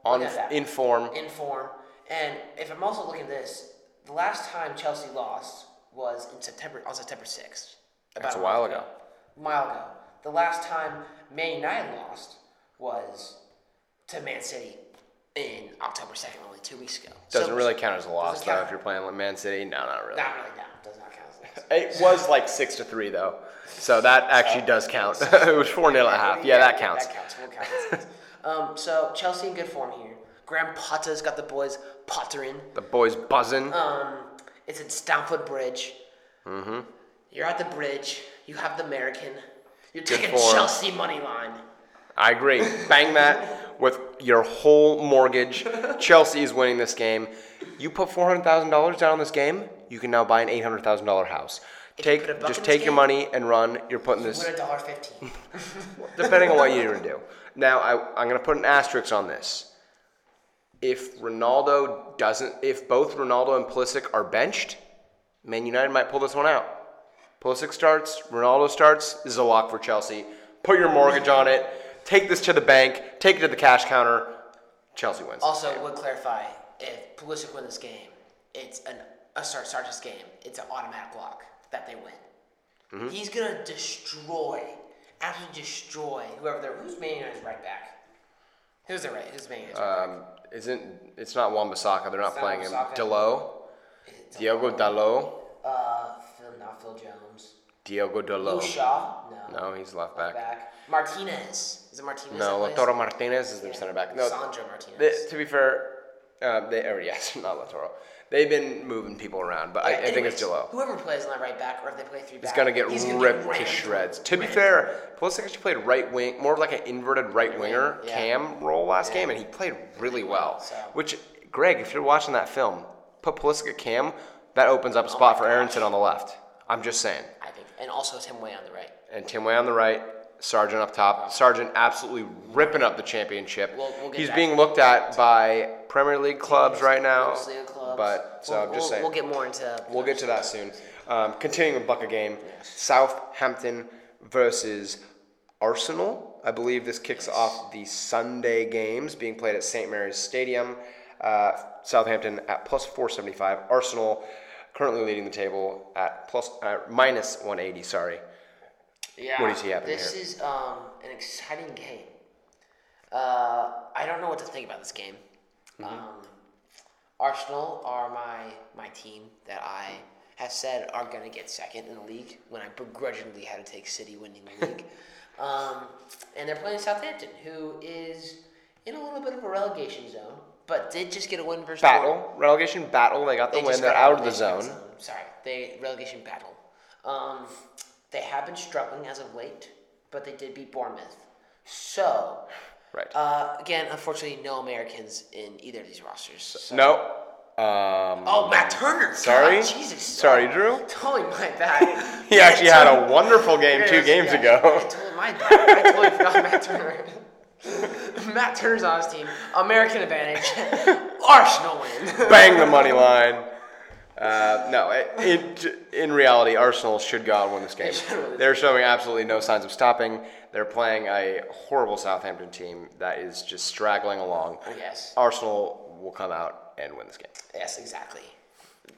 [SPEAKER 1] on
[SPEAKER 2] Look at that.
[SPEAKER 1] in form.
[SPEAKER 2] in form, and if I'm also looking at this, the last time Chelsea lost was in September on September sixth.
[SPEAKER 1] That's a while ago.
[SPEAKER 2] mile ago. The last time Man United lost was to Man City in October 2nd, only two weeks ago.
[SPEAKER 1] Doesn't
[SPEAKER 2] So-
[SPEAKER 1] really count as a loss though
[SPEAKER 2] count.
[SPEAKER 1] if you're playing with Man City. No, not really.
[SPEAKER 2] Not really, no. Does not count as a loss.
[SPEAKER 1] It was like six to three though, so that actually does count. it was four 0 at half. Yeah, that counts.
[SPEAKER 2] Oh. That counts. We'll count that as a loss. um, so Chelsea in good form here. Graham Potter's got the boys pottering.
[SPEAKER 1] The boys buzzing.
[SPEAKER 2] Um, it's at Stamford Bridge. Mm-hmm. You're at the bridge. You have the American. You're taking
[SPEAKER 1] form.
[SPEAKER 2] Chelsea money line.
[SPEAKER 1] I agree. Bang that with your whole mortgage. Chelsea is winning this game. You put four hundred thousand dollars down on this game, you can now buy an eight hundred thousand dollar house.
[SPEAKER 2] you
[SPEAKER 1] Take
[SPEAKER 2] put a buck
[SPEAKER 1] just
[SPEAKER 2] in this
[SPEAKER 1] take your
[SPEAKER 2] game-
[SPEAKER 1] money and run. You're putting this
[SPEAKER 2] What a dollar fifteen.
[SPEAKER 1] depending on what you're gonna do. Now I, I'm gonna put an asterisk on this. If Ronaldo doesn't, if both Ronaldo and Pulisic are benched, Man United might pull this one out. Pulisic starts, Ronaldo starts. This is a lock for Chelsea. Put your mortgage on it. Take this to the bank. Take it to the cash counter. Chelsea wins.
[SPEAKER 2] also, would clarify if Pulisic wins this game, it's an uh, sorry, starts this game. It's an automatic lock that they win.
[SPEAKER 1] Mm-hmm.
[SPEAKER 2] He's gonna destroy, absolutely destroy whoever they're. Who's Man United's right back? Who's the right? Who's Man United's right
[SPEAKER 1] Um, isn't it's not Wan-Bissaka? They're not
[SPEAKER 2] not
[SPEAKER 1] playing him.
[SPEAKER 2] Wan-Bissaka.
[SPEAKER 1] Delo,
[SPEAKER 2] back?
[SPEAKER 1] Diogo Dalo,
[SPEAKER 2] Uh, Phil, not Phil Jones.
[SPEAKER 1] Diogo
[SPEAKER 2] Oh.
[SPEAKER 1] Dalo.
[SPEAKER 2] Shaw? No.
[SPEAKER 1] No, he's left back.
[SPEAKER 2] Back. Martinez. Is it Martinez?
[SPEAKER 1] No,
[SPEAKER 2] that plays?
[SPEAKER 1] Lautaro Martinez is their center back. No,
[SPEAKER 2] Sandro Martinez.
[SPEAKER 1] They, to be fair, uh, they or yes, not Latoro. They've been moving people around, but I, I think it's
[SPEAKER 2] Anyways,
[SPEAKER 1] Jalil.
[SPEAKER 2] Whoever plays on that right back, or if they play three back,
[SPEAKER 1] It's gonna get
[SPEAKER 2] he's
[SPEAKER 1] ripped to
[SPEAKER 2] rammed.
[SPEAKER 1] shreds. To be fair, Pulisic actually played right wing, more of like an inverted right winger
[SPEAKER 2] yeah.
[SPEAKER 1] cam role last game, and he played really well.
[SPEAKER 2] so.
[SPEAKER 1] Which, Greg, if you're watching that film, put Pulisic at cam. That opens
[SPEAKER 2] Oh
[SPEAKER 1] up a spot for Aronson on the left. I'm just saying.
[SPEAKER 2] I think, and also Tim Way on the right.
[SPEAKER 1] And Tim Way on the right, Sargent up top. Sargent absolutely ripping up the championship.
[SPEAKER 2] We'll- we'll get
[SPEAKER 1] He's
[SPEAKER 2] back
[SPEAKER 1] being looked at by Premier League clubs right now.
[SPEAKER 2] Bundesliga clubs.
[SPEAKER 1] But so
[SPEAKER 2] we'll,
[SPEAKER 1] I'm just
[SPEAKER 2] we'll,
[SPEAKER 1] saying.
[SPEAKER 2] We'll get more into.
[SPEAKER 1] We'll get to that soon. Um, continuing with Bucca game, Southampton versus Arsenal. I believe this kicks off the Sunday games being played at St. Mary's Stadium. Uh, Southampton at plus 475. Arsenal currently leading the table at plus uh, minus 180. Sorry.
[SPEAKER 2] yeah.
[SPEAKER 1] what do you see happening
[SPEAKER 2] This
[SPEAKER 1] here?
[SPEAKER 2] is um, an exciting game. Uh, I don't know what to think about this game.
[SPEAKER 1] Mm-hmm.
[SPEAKER 2] Um, Arsenal are my my team that I have said are going to get second in the league when I begrudgingly had to take City winning the league. um, and they're playing Southampton, who is in a little bit of a relegation zone, but did just get a win versus Bournemouth.
[SPEAKER 1] Battle relegation battle. They got the
[SPEAKER 2] They
[SPEAKER 1] win.
[SPEAKER 2] just
[SPEAKER 1] They're
[SPEAKER 2] got
[SPEAKER 1] out of the
[SPEAKER 2] relegation
[SPEAKER 1] zone.
[SPEAKER 2] Sorry, they relegation battle. Um, they have been struggling as of late, but they did beat Bournemouth. So,
[SPEAKER 1] Right.
[SPEAKER 2] uh, again, unfortunately, no Americans in either of these rosters. so-
[SPEAKER 1] no. Um,
[SPEAKER 2] Oh, Matt Turner. God,
[SPEAKER 1] Sorry?
[SPEAKER 2] Oh, Jesus.
[SPEAKER 1] Sorry, Drew?
[SPEAKER 2] Totally my bad.
[SPEAKER 1] he actually had a wonderful game two games
[SPEAKER 2] Yeah,
[SPEAKER 1] ago.
[SPEAKER 2] I totally, my bad. I totally forgot Matt Turner. Matt Turner's on his team. American advantage. Arsenal win.
[SPEAKER 1] bang the money line. Uh, no, it, it, in reality, Arsenal should go out and win this game. They're showing absolutely no signs of stopping. They're playing a horrible Southampton team that is just straggling along.
[SPEAKER 2] yes.
[SPEAKER 1] Arsenal will come out and win this game.
[SPEAKER 2] Yes, exactly.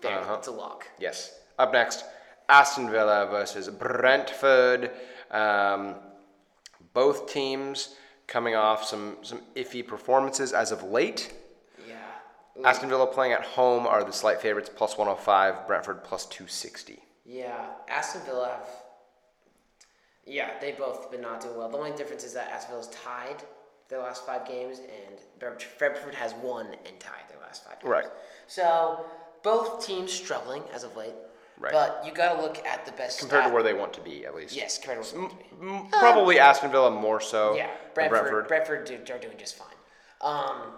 [SPEAKER 2] There,
[SPEAKER 1] Uh-huh.
[SPEAKER 2] it's a lock.
[SPEAKER 1] Yes. Up next, Aston Villa versus Brentford. Um, both teams coming off some, some iffy performances as of late.
[SPEAKER 2] Yeah.
[SPEAKER 1] Aston Villa playing at home are the slight favorites, plus 105, Brentford plus 260.
[SPEAKER 2] Yeah. Aston Villa have. Yeah, they both been not doing well. The only difference is that Aston Villa's tied their last five games, and Brent- Brentford has won and tied their last five games.
[SPEAKER 1] Right.
[SPEAKER 2] So both teams struggling as of late.
[SPEAKER 1] Right.
[SPEAKER 2] But you got to look at the best
[SPEAKER 1] Compared
[SPEAKER 2] stat-
[SPEAKER 1] to where they want to be, at least.
[SPEAKER 2] Yes, compared to where.
[SPEAKER 1] M- Probably Aston Villa more so
[SPEAKER 2] Um, Yeah,
[SPEAKER 1] than
[SPEAKER 2] Brentford.
[SPEAKER 1] Brentford.
[SPEAKER 2] Brentford, do, are doing just fine. Um,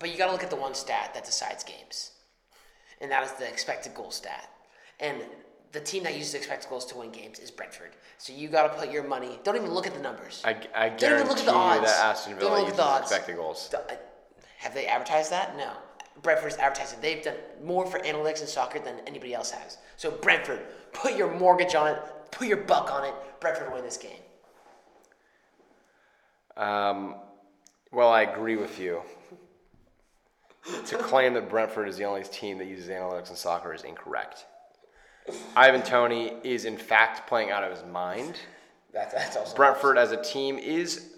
[SPEAKER 2] but you got to look at the one stat that decides games, and that is the expected goal stat. And the team that uses expected goals to win games is Brentford. So you got to put your money. Don't even look at the numbers.
[SPEAKER 1] I, I
[SPEAKER 2] Don't even look
[SPEAKER 1] guarantee you
[SPEAKER 2] at the odds.
[SPEAKER 1] that Aston
[SPEAKER 2] Don't
[SPEAKER 1] Villa
[SPEAKER 2] look at
[SPEAKER 1] uses
[SPEAKER 2] the odds.
[SPEAKER 1] expected goals.
[SPEAKER 2] The- I- have they advertised that? No. Brentford's advertising. They've done more for analytics and soccer than anybody else has. So Brentford, put your mortgage on it. Put your buck on it. Brentford win this game.
[SPEAKER 1] Um, well, I agree with you. to claim that Brentford is the only team that uses analytics in soccer is incorrect. Ivan Tony is, in fact, playing out of his mind.
[SPEAKER 2] That's that's also
[SPEAKER 1] Brentford as a team is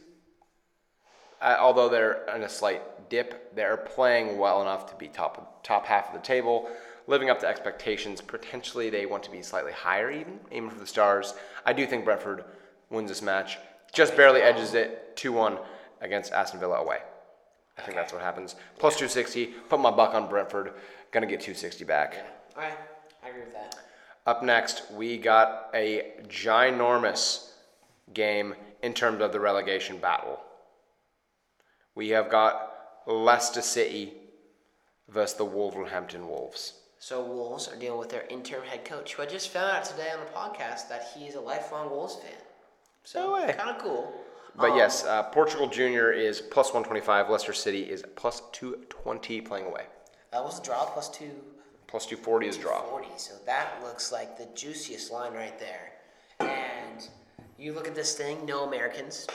[SPEAKER 1] uh, although they're in a slight dip, they're playing well enough to be top top half of the table, living up to expectations. Potentially, they want to be slightly higher, even aiming for the stars. I do think Brentford wins this match, just barely edges it two one against Aston Villa away. I think that's what happens. Plus 260. Put my buck on Brentford. Gonna get 260 back.
[SPEAKER 2] All right, I agree with that.
[SPEAKER 1] Up next, we got a ginormous game in terms of the relegation battle. We have got Leicester City versus the Wolverhampton Wolves.
[SPEAKER 2] So Wolves are dealing with their interim head coach, who I just found out today on the podcast that he is a lifelong Wolves fan. So
[SPEAKER 1] No way.
[SPEAKER 2] kind of cool.
[SPEAKER 1] But yes, uh, Portugal Junior is plus 125. Leicester City is plus 220 playing away.
[SPEAKER 2] That was a draw plus two
[SPEAKER 1] Plus 240 is draw.
[SPEAKER 2] 40. So that looks like the juiciest line right there. And you look at this thing, no Americans.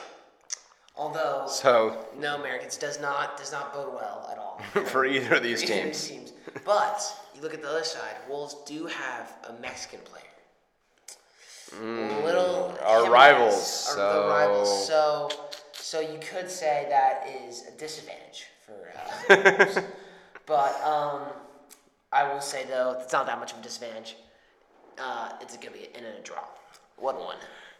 [SPEAKER 2] Although
[SPEAKER 1] So
[SPEAKER 2] no Americans does not does not bode well at all.
[SPEAKER 1] for either of these
[SPEAKER 2] These
[SPEAKER 1] teams,
[SPEAKER 2] teams. But you look at the other side. Wolves do have a Mexican player. Little
[SPEAKER 1] Hmm, our
[SPEAKER 2] Jimenez
[SPEAKER 1] rivals,
[SPEAKER 2] are the rivals.
[SPEAKER 1] so-
[SPEAKER 2] So so you could say that is a disadvantage for. Uh, Wolves. but um, I will say though, it's not that much of a disadvantage. Uh, it's gonna be in a draw, one one.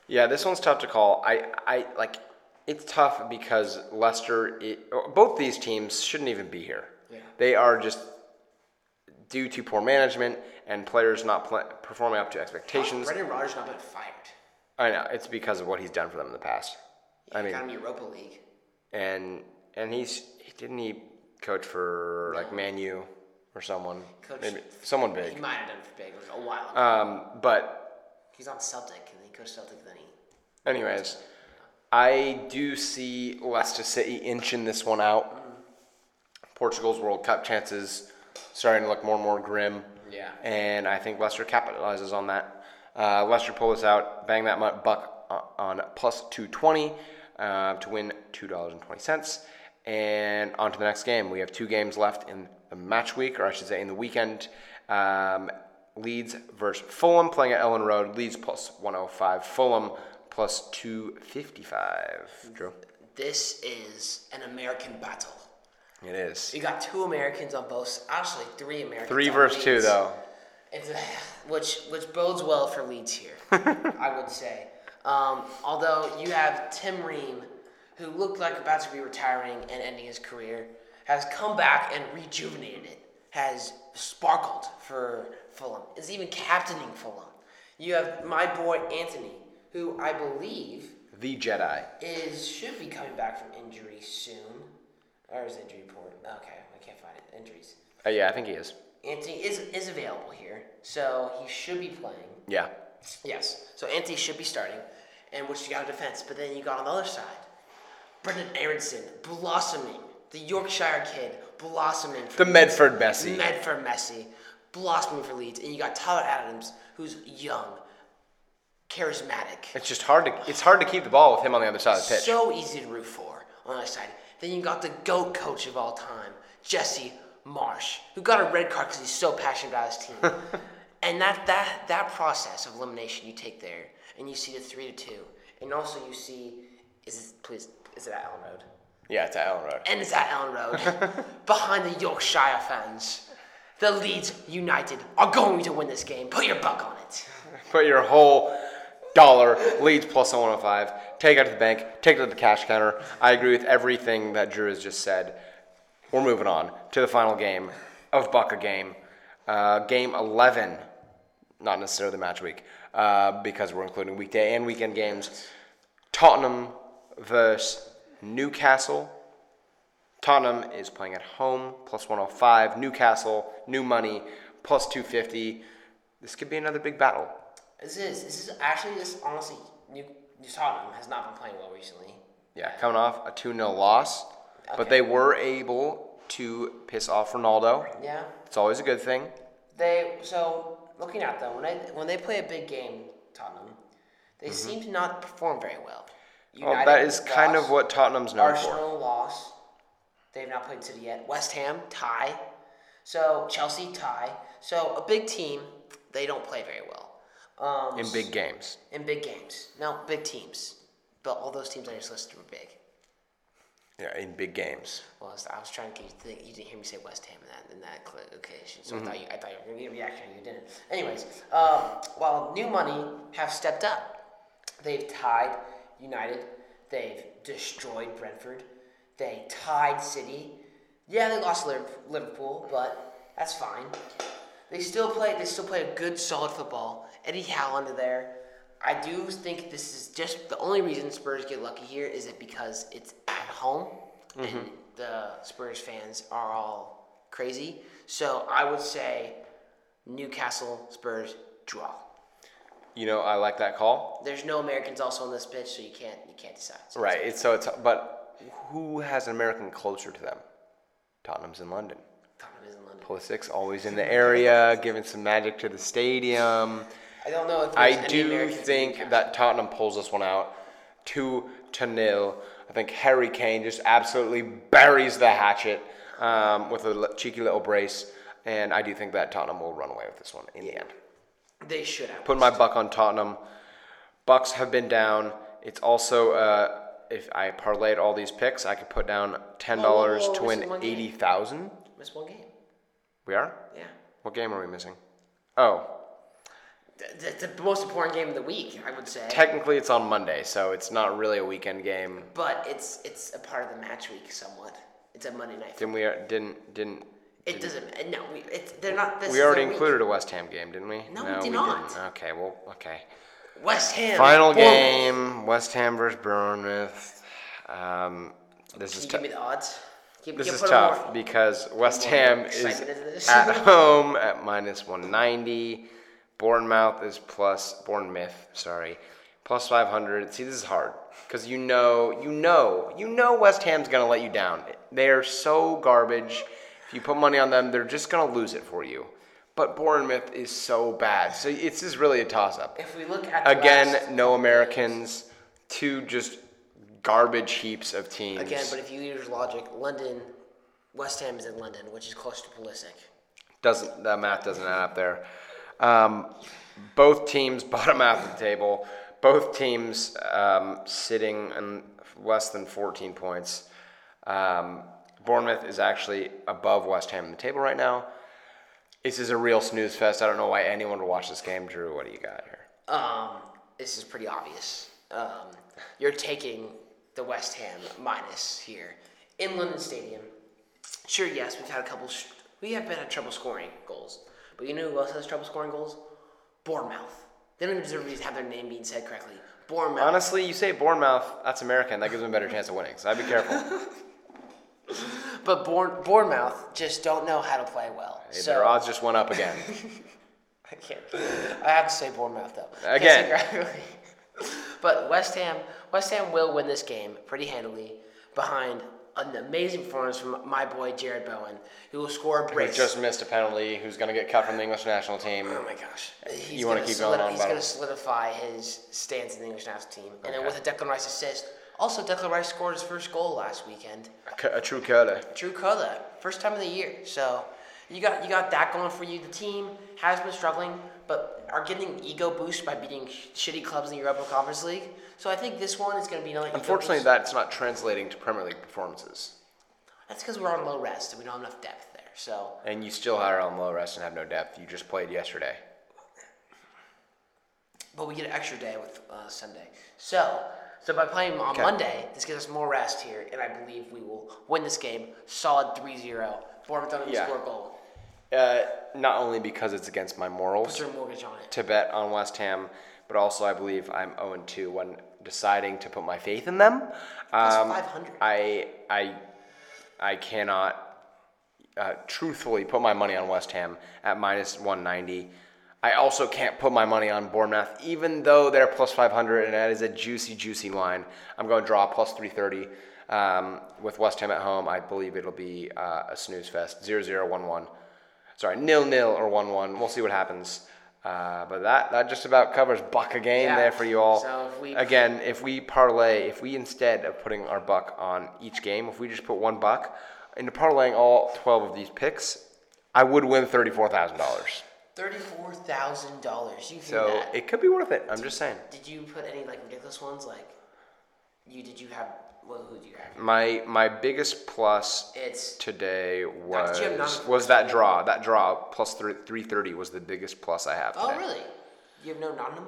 [SPEAKER 1] yeah, this one's tough to call. I, I like, it's tough because Leicester, i both these teams shouldn't even be here.
[SPEAKER 2] Yeah.
[SPEAKER 1] They are just due to poor management and players not pla performing up to expectations.
[SPEAKER 2] Brendan Rodgers not been fired.
[SPEAKER 1] I know it's because of what he's done for them in the past. I
[SPEAKER 2] He
[SPEAKER 1] mean,
[SPEAKER 2] got him Europa League.
[SPEAKER 1] and and he's he didn't he coach for like Man U or someone,
[SPEAKER 2] Coach-
[SPEAKER 1] maybe someone
[SPEAKER 2] He
[SPEAKER 1] big.
[SPEAKER 2] might have done it for big. It was a while. ago.
[SPEAKER 1] Um, but
[SPEAKER 2] He's on Celtic, and then he coached Celtic, and then he
[SPEAKER 1] anyways, I do see Leicester City inching this one out. Portugal's World Cup chances starting to look more and more grim.
[SPEAKER 2] Yeah.
[SPEAKER 1] and I think Leicester capitalizes on that. Uh, Leicester pull this out, bang that mu- buck o- on plus 220 uh, to win $2.20. And on to the next game. We have two games left in the match week, or I should say in the weekend. Um, Leeds versus Fulham playing at Ellen Road. Leeds plus 105, Fulham plus 255. Drew.
[SPEAKER 2] This is an American battle.
[SPEAKER 1] It is.
[SPEAKER 2] You got two Americans on both. Actually, three Americans.
[SPEAKER 1] Three
[SPEAKER 2] on
[SPEAKER 1] versus two,
[SPEAKER 2] Leeds.
[SPEAKER 1] though.
[SPEAKER 2] It's which which bodes well for Leeds here, I would say. Um, although you have Tim Ream, who looked like about to be retiring and ending his career, has come back and rejuvenated it. Has sparkled for Fulham. Is even captaining Fulham. You have my boy Anthony, who I believe
[SPEAKER 1] The Jedi.
[SPEAKER 2] is should be coming back from injury soon. Or is injury report? Okay, I can't find it. Injuries.
[SPEAKER 1] Uh, yeah, I think he is.
[SPEAKER 2] Anthony is is available here, so he should be playing.
[SPEAKER 1] Yeah.
[SPEAKER 2] Yes. So Anthony should be starting, and which you got a defense. But then you got on the other side, Brendan Aronson blossoming, the Yorkshire kid blossoming.
[SPEAKER 1] The
[SPEAKER 2] For
[SPEAKER 1] Medford Bessie.
[SPEAKER 2] Med for Messi, blossoming for Leeds, and you got Tyler Adams, who's young, charismatic.
[SPEAKER 1] It's just hard to it's hard to keep the ball with him on the other side of the pitch.
[SPEAKER 2] So easy to root for on the other side. Then you got the GOAT coach of all time, Jesse Marsh, who got a red card because he's so passionate about his team. and that, that, that process of elimination you take there, and you see the 3 to 2. And also you see, is it, please, is it at Allen Road?
[SPEAKER 1] Yeah, it's at Allen Road.
[SPEAKER 2] And it's at Allen Road, behind the Yorkshire fans. The Leeds United are going to win this game. Put your buck on it.
[SPEAKER 1] Put your whole dollar leads plus 105. Take it out to the bank. Take it to the cash counter. I agree with everything that Drew has just said. We're moving on to the final game of Buck a game, uh, game 11. Not necessarily the match week uh, because we're including weekday and weekend games. Tottenham versus Newcastle. Tottenham is playing at home, plus 105. Newcastle, new money, plus 250. This could be another big battle.
[SPEAKER 2] This is, this is actually, this honestly, New, New Tottenham has not been playing well recently.
[SPEAKER 1] Yeah, coming off a 2 0 loss, but they were able to piss off Ronaldo.
[SPEAKER 2] Yeah.
[SPEAKER 1] It's always a good thing.
[SPEAKER 2] They so looking at them when I when they play a big game, Tottenham, they seem to not perform very well.
[SPEAKER 1] Well,
[SPEAKER 2] United
[SPEAKER 1] Mm-hmm. Oh, that is
[SPEAKER 2] lost,
[SPEAKER 1] kind of what Tottenham's known for.
[SPEAKER 2] Arsenal loss. They've not played City yet. West Ham tie. So Chelsea tie. So a big team, they don't play very well. Um,
[SPEAKER 1] In big games.
[SPEAKER 2] in big games, no big teams, but all those teams I just listed were big.
[SPEAKER 1] Yeah, in big games.
[SPEAKER 2] Well, I was, I was trying to get you to think. You didn't hear me say West Ham in that in that cl- occasion, so I thought you I thought you were going to get a reaction. You didn't. Anyways, um, while New Money have stepped up, they've tied United. They've destroyed Brentford. They tied City. Yeah, they lost Liv- Liverpool, but that's fine. They still play. They still play a good, solid football. Eddie Howe under there. I do think this is just the only reason Spurs get lucky here is it because it's at home and the Spurs fans are all crazy. So I would say Newcastle Spurs draw.
[SPEAKER 1] You know, I like that call.
[SPEAKER 2] There's no Americans also in this bitch, so you can't you can't decide. So
[SPEAKER 1] Right. It's so it's but who has an American culture to them? Tottenham's in London.
[SPEAKER 2] Tottenham is in London.
[SPEAKER 1] Pulisic's always in the area, giving some magic to the stadium.
[SPEAKER 2] I don't know if there's
[SPEAKER 1] I
[SPEAKER 2] any
[SPEAKER 1] do
[SPEAKER 2] Americans in
[SPEAKER 1] think
[SPEAKER 2] Newcastle.
[SPEAKER 1] that Tottenham pulls this one out, two to nil. I think Harry Kane just absolutely buries the hatchet um, with a le- cheeky little brace, and I do think that Tottenham will run away with this one in the end.
[SPEAKER 2] they should have.
[SPEAKER 1] Put my buck on Tottenham. Bucks have been down. It's also uh, if I parlayed all these picks, I could put down ten dollars
[SPEAKER 2] Whoa, whoa,
[SPEAKER 1] to
[SPEAKER 2] whoa,
[SPEAKER 1] win
[SPEAKER 2] this is Oh, one game.
[SPEAKER 1] eighty thousand.
[SPEAKER 2] missed one game.
[SPEAKER 1] We are.
[SPEAKER 2] Yeah.
[SPEAKER 1] What game are we missing? Oh,
[SPEAKER 2] The, the, the most important game of the week, I would say.
[SPEAKER 1] technically it's on Monday, so it's not really a weekend game.
[SPEAKER 2] but it's it's a part of the match week somewhat. It's a Monday night.
[SPEAKER 1] Didn't we? uh, Didn't didn't
[SPEAKER 2] It doesn't. No, we, it's, they're not. This
[SPEAKER 1] we
[SPEAKER 2] is
[SPEAKER 1] already
[SPEAKER 2] their week.
[SPEAKER 1] included a West Ham game, didn't we?
[SPEAKER 2] No, we did not.
[SPEAKER 1] Didn't. Okay, well, okay.
[SPEAKER 2] West Ham.
[SPEAKER 1] Final
[SPEAKER 2] Bournemouth.
[SPEAKER 1] game: West Ham versus Bournemouth. Um, this
[SPEAKER 2] Can
[SPEAKER 1] is tough.
[SPEAKER 2] you give me the odds? Give,
[SPEAKER 1] This
[SPEAKER 2] give-
[SPEAKER 1] is
[SPEAKER 2] put a more-
[SPEAKER 1] tough because West Ham is
[SPEAKER 2] excitement into this.
[SPEAKER 1] at home at minus 190. Bournemouth is plus Bournemouth, sorry, plus 500. See, this is hard because you know, you know, you know West Ham's gonna let you down. They are so garbage. If you put money on them, they're just gonna lose it for you. But Bournemouth is so bad, so it's just really a toss-up.
[SPEAKER 2] If we look at the last-
[SPEAKER 1] Again, no Americans. Two just garbage heaps of teams.
[SPEAKER 2] Again, but if you use logic, London, West Ham is in London, which is close to Pulisic.
[SPEAKER 1] Doesn't that math doesn't add up there? Um, both teams bottom half of the table. Both teams um, sitting in less than 14 points. Um, Bournemouth is actually above West Ham in the table right now. This is a real snooze fest. I don't know why anyone would watch this game. Drew, what do you got here?
[SPEAKER 2] Um, this is pretty obvious. Um, you're taking the West Ham minus here in London Stadium. Sure, yes, we've had a couple. Sh- we have been had trouble scoring goals, but you know who else has trouble scoring goals? Bournemouth. They don't even deserve to have their name being said correctly. Bournemouth.
[SPEAKER 1] Honestly, you say Bournemouth, that's American. That gives them a better chance of winning, so I'd be careful.
[SPEAKER 2] But Bourne, Bournemouth just don't know how to play well.
[SPEAKER 1] Their
[SPEAKER 2] So
[SPEAKER 1] odds just went up again.
[SPEAKER 2] I can't. I have to say Bournemouth though. Can't
[SPEAKER 1] Again.
[SPEAKER 2] say Gravely. but West Ham, West Ham will win this game pretty handily behind an amazing performance from my boy Jared Bowen, who will score a
[SPEAKER 1] Who
[SPEAKER 2] brace.
[SPEAKER 1] just missed a penalty, who's going to get cut from the English national team.
[SPEAKER 2] oh my gosh! He's
[SPEAKER 1] You wanna
[SPEAKER 2] gonna
[SPEAKER 1] keep going
[SPEAKER 2] solid-
[SPEAKER 1] on
[SPEAKER 2] He's
[SPEAKER 1] about
[SPEAKER 2] going to
[SPEAKER 1] it?
[SPEAKER 2] solidify his stance in the English national team, and then
[SPEAKER 1] Okay.
[SPEAKER 2] with a Declan Rice assist. Also, Declan Rice scored his first goal last weekend.
[SPEAKER 1] C- A true cutter.
[SPEAKER 2] Drew Cutler, first time of the year. So you got you got that going for you. The team has been struggling, but are getting ego boost by beating sh- shitty clubs in the Europa Conference League. So I think this one is going to be another. ego
[SPEAKER 1] Unfortunately,
[SPEAKER 2] boost.
[SPEAKER 1] that's not translating to Premier League performances.
[SPEAKER 2] that's because we're on low rest and we don't have enough depth there. So
[SPEAKER 1] And you still are on low rest and have no depth. You just played yesterday.
[SPEAKER 2] but we get an extra day with uh, Sunday. So so by playing on Monday, this gives us more rest here, and I believe we will win this game solid 3-0. Bournemouth don't even
[SPEAKER 1] Yeah.
[SPEAKER 2] score a goal.
[SPEAKER 1] Uh, not only because it's against my
[SPEAKER 2] Put
[SPEAKER 1] morals
[SPEAKER 2] your mortgage on it.
[SPEAKER 1] to bet on West Ham, but also I believe I'm 0 2 when deciding to put my faith in them.
[SPEAKER 2] Plus
[SPEAKER 1] Um,
[SPEAKER 2] 500.
[SPEAKER 1] I, I, I cannot uh, truthfully put my money on West Ham at minus 190. I also can't put my money on Bournemouth, even though they're plus 500, and that is a juicy, juicy line. I'm going to draw plus 330 um, with West Ham at home. I believe it'll be uh, a snooze fest 0 0 1 1. Sorry, nil nil or 1 1. We'll see what happens. Uh, but that, that just about covers buck a game
[SPEAKER 2] Yeah.
[SPEAKER 1] there for you all.
[SPEAKER 2] So if we-
[SPEAKER 1] Again, if we parlay, if we instead of putting our buck on each game, if we just put one buck into parlaying all 12 of these picks, I would win $34,000.
[SPEAKER 2] Thirty-four thousand dollars. You think
[SPEAKER 1] So
[SPEAKER 2] that?
[SPEAKER 1] it could be worth it. I'm just saying.
[SPEAKER 2] Did you put any like ridiculous ones like you did you have Well, who do you have?
[SPEAKER 1] My my biggest plus
[SPEAKER 2] It's
[SPEAKER 1] today was
[SPEAKER 2] Jim, not-
[SPEAKER 1] was that draw. That draw plus three three thirty was the biggest plus I have.
[SPEAKER 2] oh
[SPEAKER 1] today.
[SPEAKER 2] really? You have no Nottingham?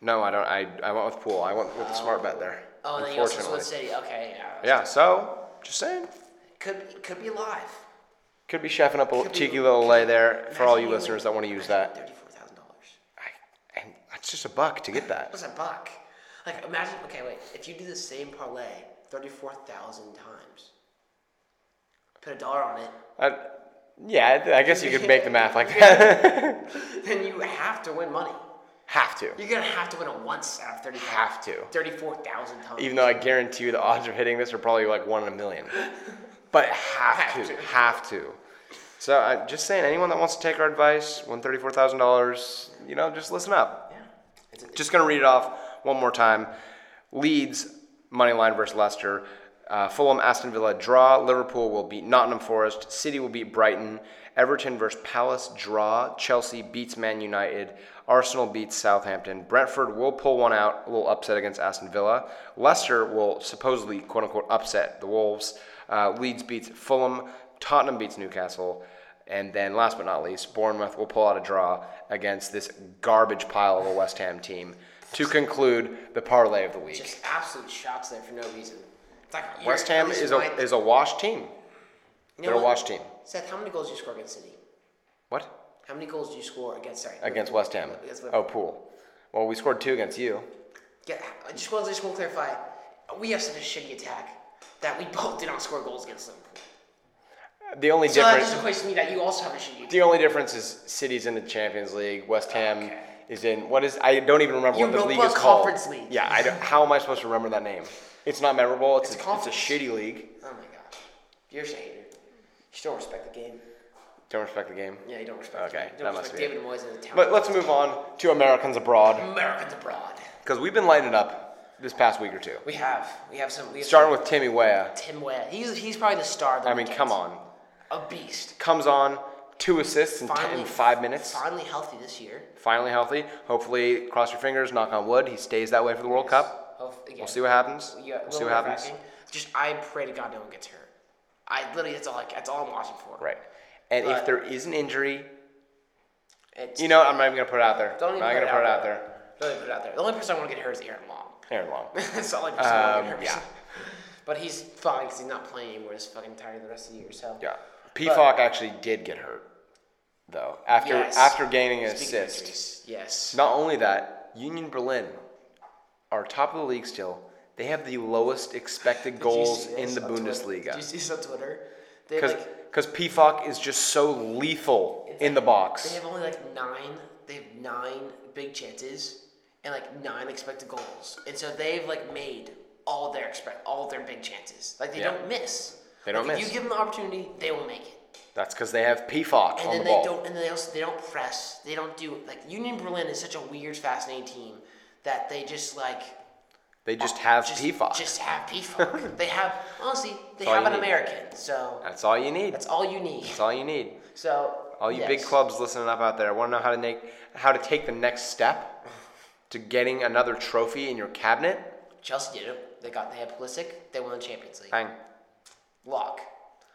[SPEAKER 1] No, I don't. I, I went with pool. I went with the smart bet there.
[SPEAKER 2] Oh, and then you also Split City. Okay, yeah.
[SPEAKER 1] yeah. So just saying,
[SPEAKER 2] Could could be live.
[SPEAKER 1] could be chefing up a
[SPEAKER 2] Could be-
[SPEAKER 1] cheeky little lay there for all
[SPEAKER 2] Imagine
[SPEAKER 1] you
[SPEAKER 2] winning
[SPEAKER 1] listeners that want to use that.
[SPEAKER 2] Thirty-four thousand dollars.
[SPEAKER 1] I, and that's just a buck to get that.
[SPEAKER 2] That's a buck. Like imagine. Okay, wait. If you do the same parlay thirty-four thousand times, put a dollar on it,
[SPEAKER 1] I, Uh, yeah, I, I guess you could make the math like that.
[SPEAKER 2] then you have to win money.
[SPEAKER 1] Have to,
[SPEAKER 2] You're gonna have to win it once out of thirty.
[SPEAKER 1] have to.
[SPEAKER 2] Thirty-four thousand times.
[SPEAKER 1] Even though I guarantee you the odds of hitting this are probably like one in a million, but have,
[SPEAKER 2] Have
[SPEAKER 1] to,
[SPEAKER 2] to.
[SPEAKER 1] have to. So I'm just saying, anyone that wants to take our advice, one thirty-four thousand dollars, you know, just listen up.
[SPEAKER 2] yeah. It's a,
[SPEAKER 1] Just going to read it off one more time. Leeds, money line versus Leicester. Uh, Fulham, Aston Villa, draw. Liverpool will beat Nottingham Forest. City will beat Brighton. Everton versus Palace, draw. Chelsea beats Man United. Arsenal beats Southampton. Brentford will pull one out, a little upset against Aston Villa. Leicester will supposedly, quote unquote, upset the Wolves. Uh, Leeds beats Fulham. Tottenham beats Newcastle. And then, last but not least, Bournemouth will pull out a draw against this garbage pile of a West Ham team to conclude the parlay of the week.
[SPEAKER 2] just absolute shots there for no reason. It's like you're-
[SPEAKER 1] West Ham
[SPEAKER 2] at least
[SPEAKER 1] is a,
[SPEAKER 2] my-
[SPEAKER 1] is a wash team.
[SPEAKER 2] you know
[SPEAKER 1] They're a
[SPEAKER 2] what?
[SPEAKER 1] wash team.
[SPEAKER 2] Seth, how many goals do you score against City?
[SPEAKER 1] What?
[SPEAKER 2] How many goals do you score against? Sorry.
[SPEAKER 1] Against West Ham.
[SPEAKER 2] Against West-
[SPEAKER 1] Oh, pool. Well, we scored two against you.
[SPEAKER 2] Yeah, I just want to just want to clarify. We have such a shitty attack that we both did not score goals against Liverpool.
[SPEAKER 1] The only
[SPEAKER 2] So that
[SPEAKER 1] difference
[SPEAKER 2] just equates to me that you also have a shitty attack.
[SPEAKER 1] the only difference is City's in the Champions League. West Ham
[SPEAKER 2] Okay.
[SPEAKER 1] is in what is I don't even remember what the
[SPEAKER 2] Europa
[SPEAKER 1] league is called.
[SPEAKER 2] Conference League.
[SPEAKER 1] Yeah, I don't, how am I supposed to remember that name? It's not memorable. It's,
[SPEAKER 2] It's
[SPEAKER 1] a, it's a
[SPEAKER 2] conference.
[SPEAKER 1] shitty league.
[SPEAKER 2] Oh my god, you're just a hater. You don't respect the game.
[SPEAKER 1] Don't respect the game.
[SPEAKER 2] Yeah, you don't respect.
[SPEAKER 1] Okay,
[SPEAKER 2] the game.
[SPEAKER 1] that
[SPEAKER 2] You don't
[SPEAKER 1] must
[SPEAKER 2] respect
[SPEAKER 1] be it.
[SPEAKER 2] David Moyes and the talent.
[SPEAKER 1] But let's move on to Americans abroad
[SPEAKER 2] Americans abroad.
[SPEAKER 1] because we've been lighting it up this past week or two.
[SPEAKER 2] We have we have some. We have
[SPEAKER 1] Starting with Timmy Weah.
[SPEAKER 2] some- Tim Webb. He's he's probably the star. Of the
[SPEAKER 1] I mean,
[SPEAKER 2] weekend.
[SPEAKER 1] come on.
[SPEAKER 2] a beast.
[SPEAKER 1] Comes on, two assists in, ten,
[SPEAKER 2] Finally,
[SPEAKER 1] in five minutes.
[SPEAKER 2] Finally healthy this year.
[SPEAKER 1] Finally healthy. Hopefully, cross your fingers, knock on wood, he stays that way for the World Cup.
[SPEAKER 2] Hope- again,
[SPEAKER 1] We'll see what happens.
[SPEAKER 2] Yeah,
[SPEAKER 1] We'll see what
[SPEAKER 2] little
[SPEAKER 1] happens.
[SPEAKER 2] nerve-wracking. Just I pray to God no one gets hurt. I literally that's all I, that's all I'm watching for.
[SPEAKER 1] Right. And if
[SPEAKER 2] But-
[SPEAKER 1] there is an injury,
[SPEAKER 2] It's,
[SPEAKER 1] you know, what, I'm not even gonna put it out there.
[SPEAKER 2] Don't even
[SPEAKER 1] I'm not
[SPEAKER 2] put
[SPEAKER 1] gonna
[SPEAKER 2] it
[SPEAKER 1] put it
[SPEAKER 2] out
[SPEAKER 1] out there.
[SPEAKER 2] Don't even put it out there. The only person I want to get hurt is Aaron Long.
[SPEAKER 1] Aaron Long.
[SPEAKER 2] that's all I person I want to get
[SPEAKER 1] Um, yeah.
[SPEAKER 2] hurt. But he's fine because he's not playing anymore. He's fucking tired of the rest of the year. So
[SPEAKER 1] Yeah. PFOC actually did get hurt, though. After
[SPEAKER 2] Yes.
[SPEAKER 1] after gaining an
[SPEAKER 2] Speaking of
[SPEAKER 1] assist.
[SPEAKER 2] injuries, Yes.
[SPEAKER 1] Not only that, Union Berlin are top of the league still. They have the lowest expected
[SPEAKER 2] Did you
[SPEAKER 1] goals
[SPEAKER 2] see
[SPEAKER 1] in
[SPEAKER 2] this
[SPEAKER 1] the
[SPEAKER 2] on Twitter? Did you
[SPEAKER 1] Bundesliga.
[SPEAKER 2] see this on Twitter? They have
[SPEAKER 1] Because
[SPEAKER 2] like
[SPEAKER 1] because PFOC is just so lethal in the
[SPEAKER 2] they
[SPEAKER 1] box.
[SPEAKER 2] have only like nine. They have nine big chances and like nine expected goals, and so they've like made all their expect all their big chances. Like they
[SPEAKER 1] Yeah.
[SPEAKER 2] don't miss.
[SPEAKER 1] They don't
[SPEAKER 2] Like,
[SPEAKER 1] miss.
[SPEAKER 2] If you give them the opportunity, they will make it.
[SPEAKER 1] That's because they have PFOC
[SPEAKER 2] And
[SPEAKER 1] on
[SPEAKER 2] then
[SPEAKER 1] the
[SPEAKER 2] they
[SPEAKER 1] ball.
[SPEAKER 2] don't. And then they also they don't press. They don't do like Union Berlin is such a weird, fascinating team that they just like
[SPEAKER 1] They just have
[SPEAKER 2] just
[SPEAKER 1] PFOC.
[SPEAKER 2] just have PFOC. they have honestly they
[SPEAKER 1] all
[SPEAKER 2] have
[SPEAKER 1] you
[SPEAKER 2] an
[SPEAKER 1] need.
[SPEAKER 2] American, so
[SPEAKER 1] That's all you need.
[SPEAKER 2] that's all you need.
[SPEAKER 1] That's all you need.
[SPEAKER 2] So
[SPEAKER 1] All you big
[SPEAKER 2] yes.
[SPEAKER 1] clubs listening up out there, want to know how to make how to take the next step to getting another trophy in your cabinet?
[SPEAKER 2] Chelsea did it. They got they had Pulisic. They won the Champions League.
[SPEAKER 1] Bang.
[SPEAKER 2] Lock.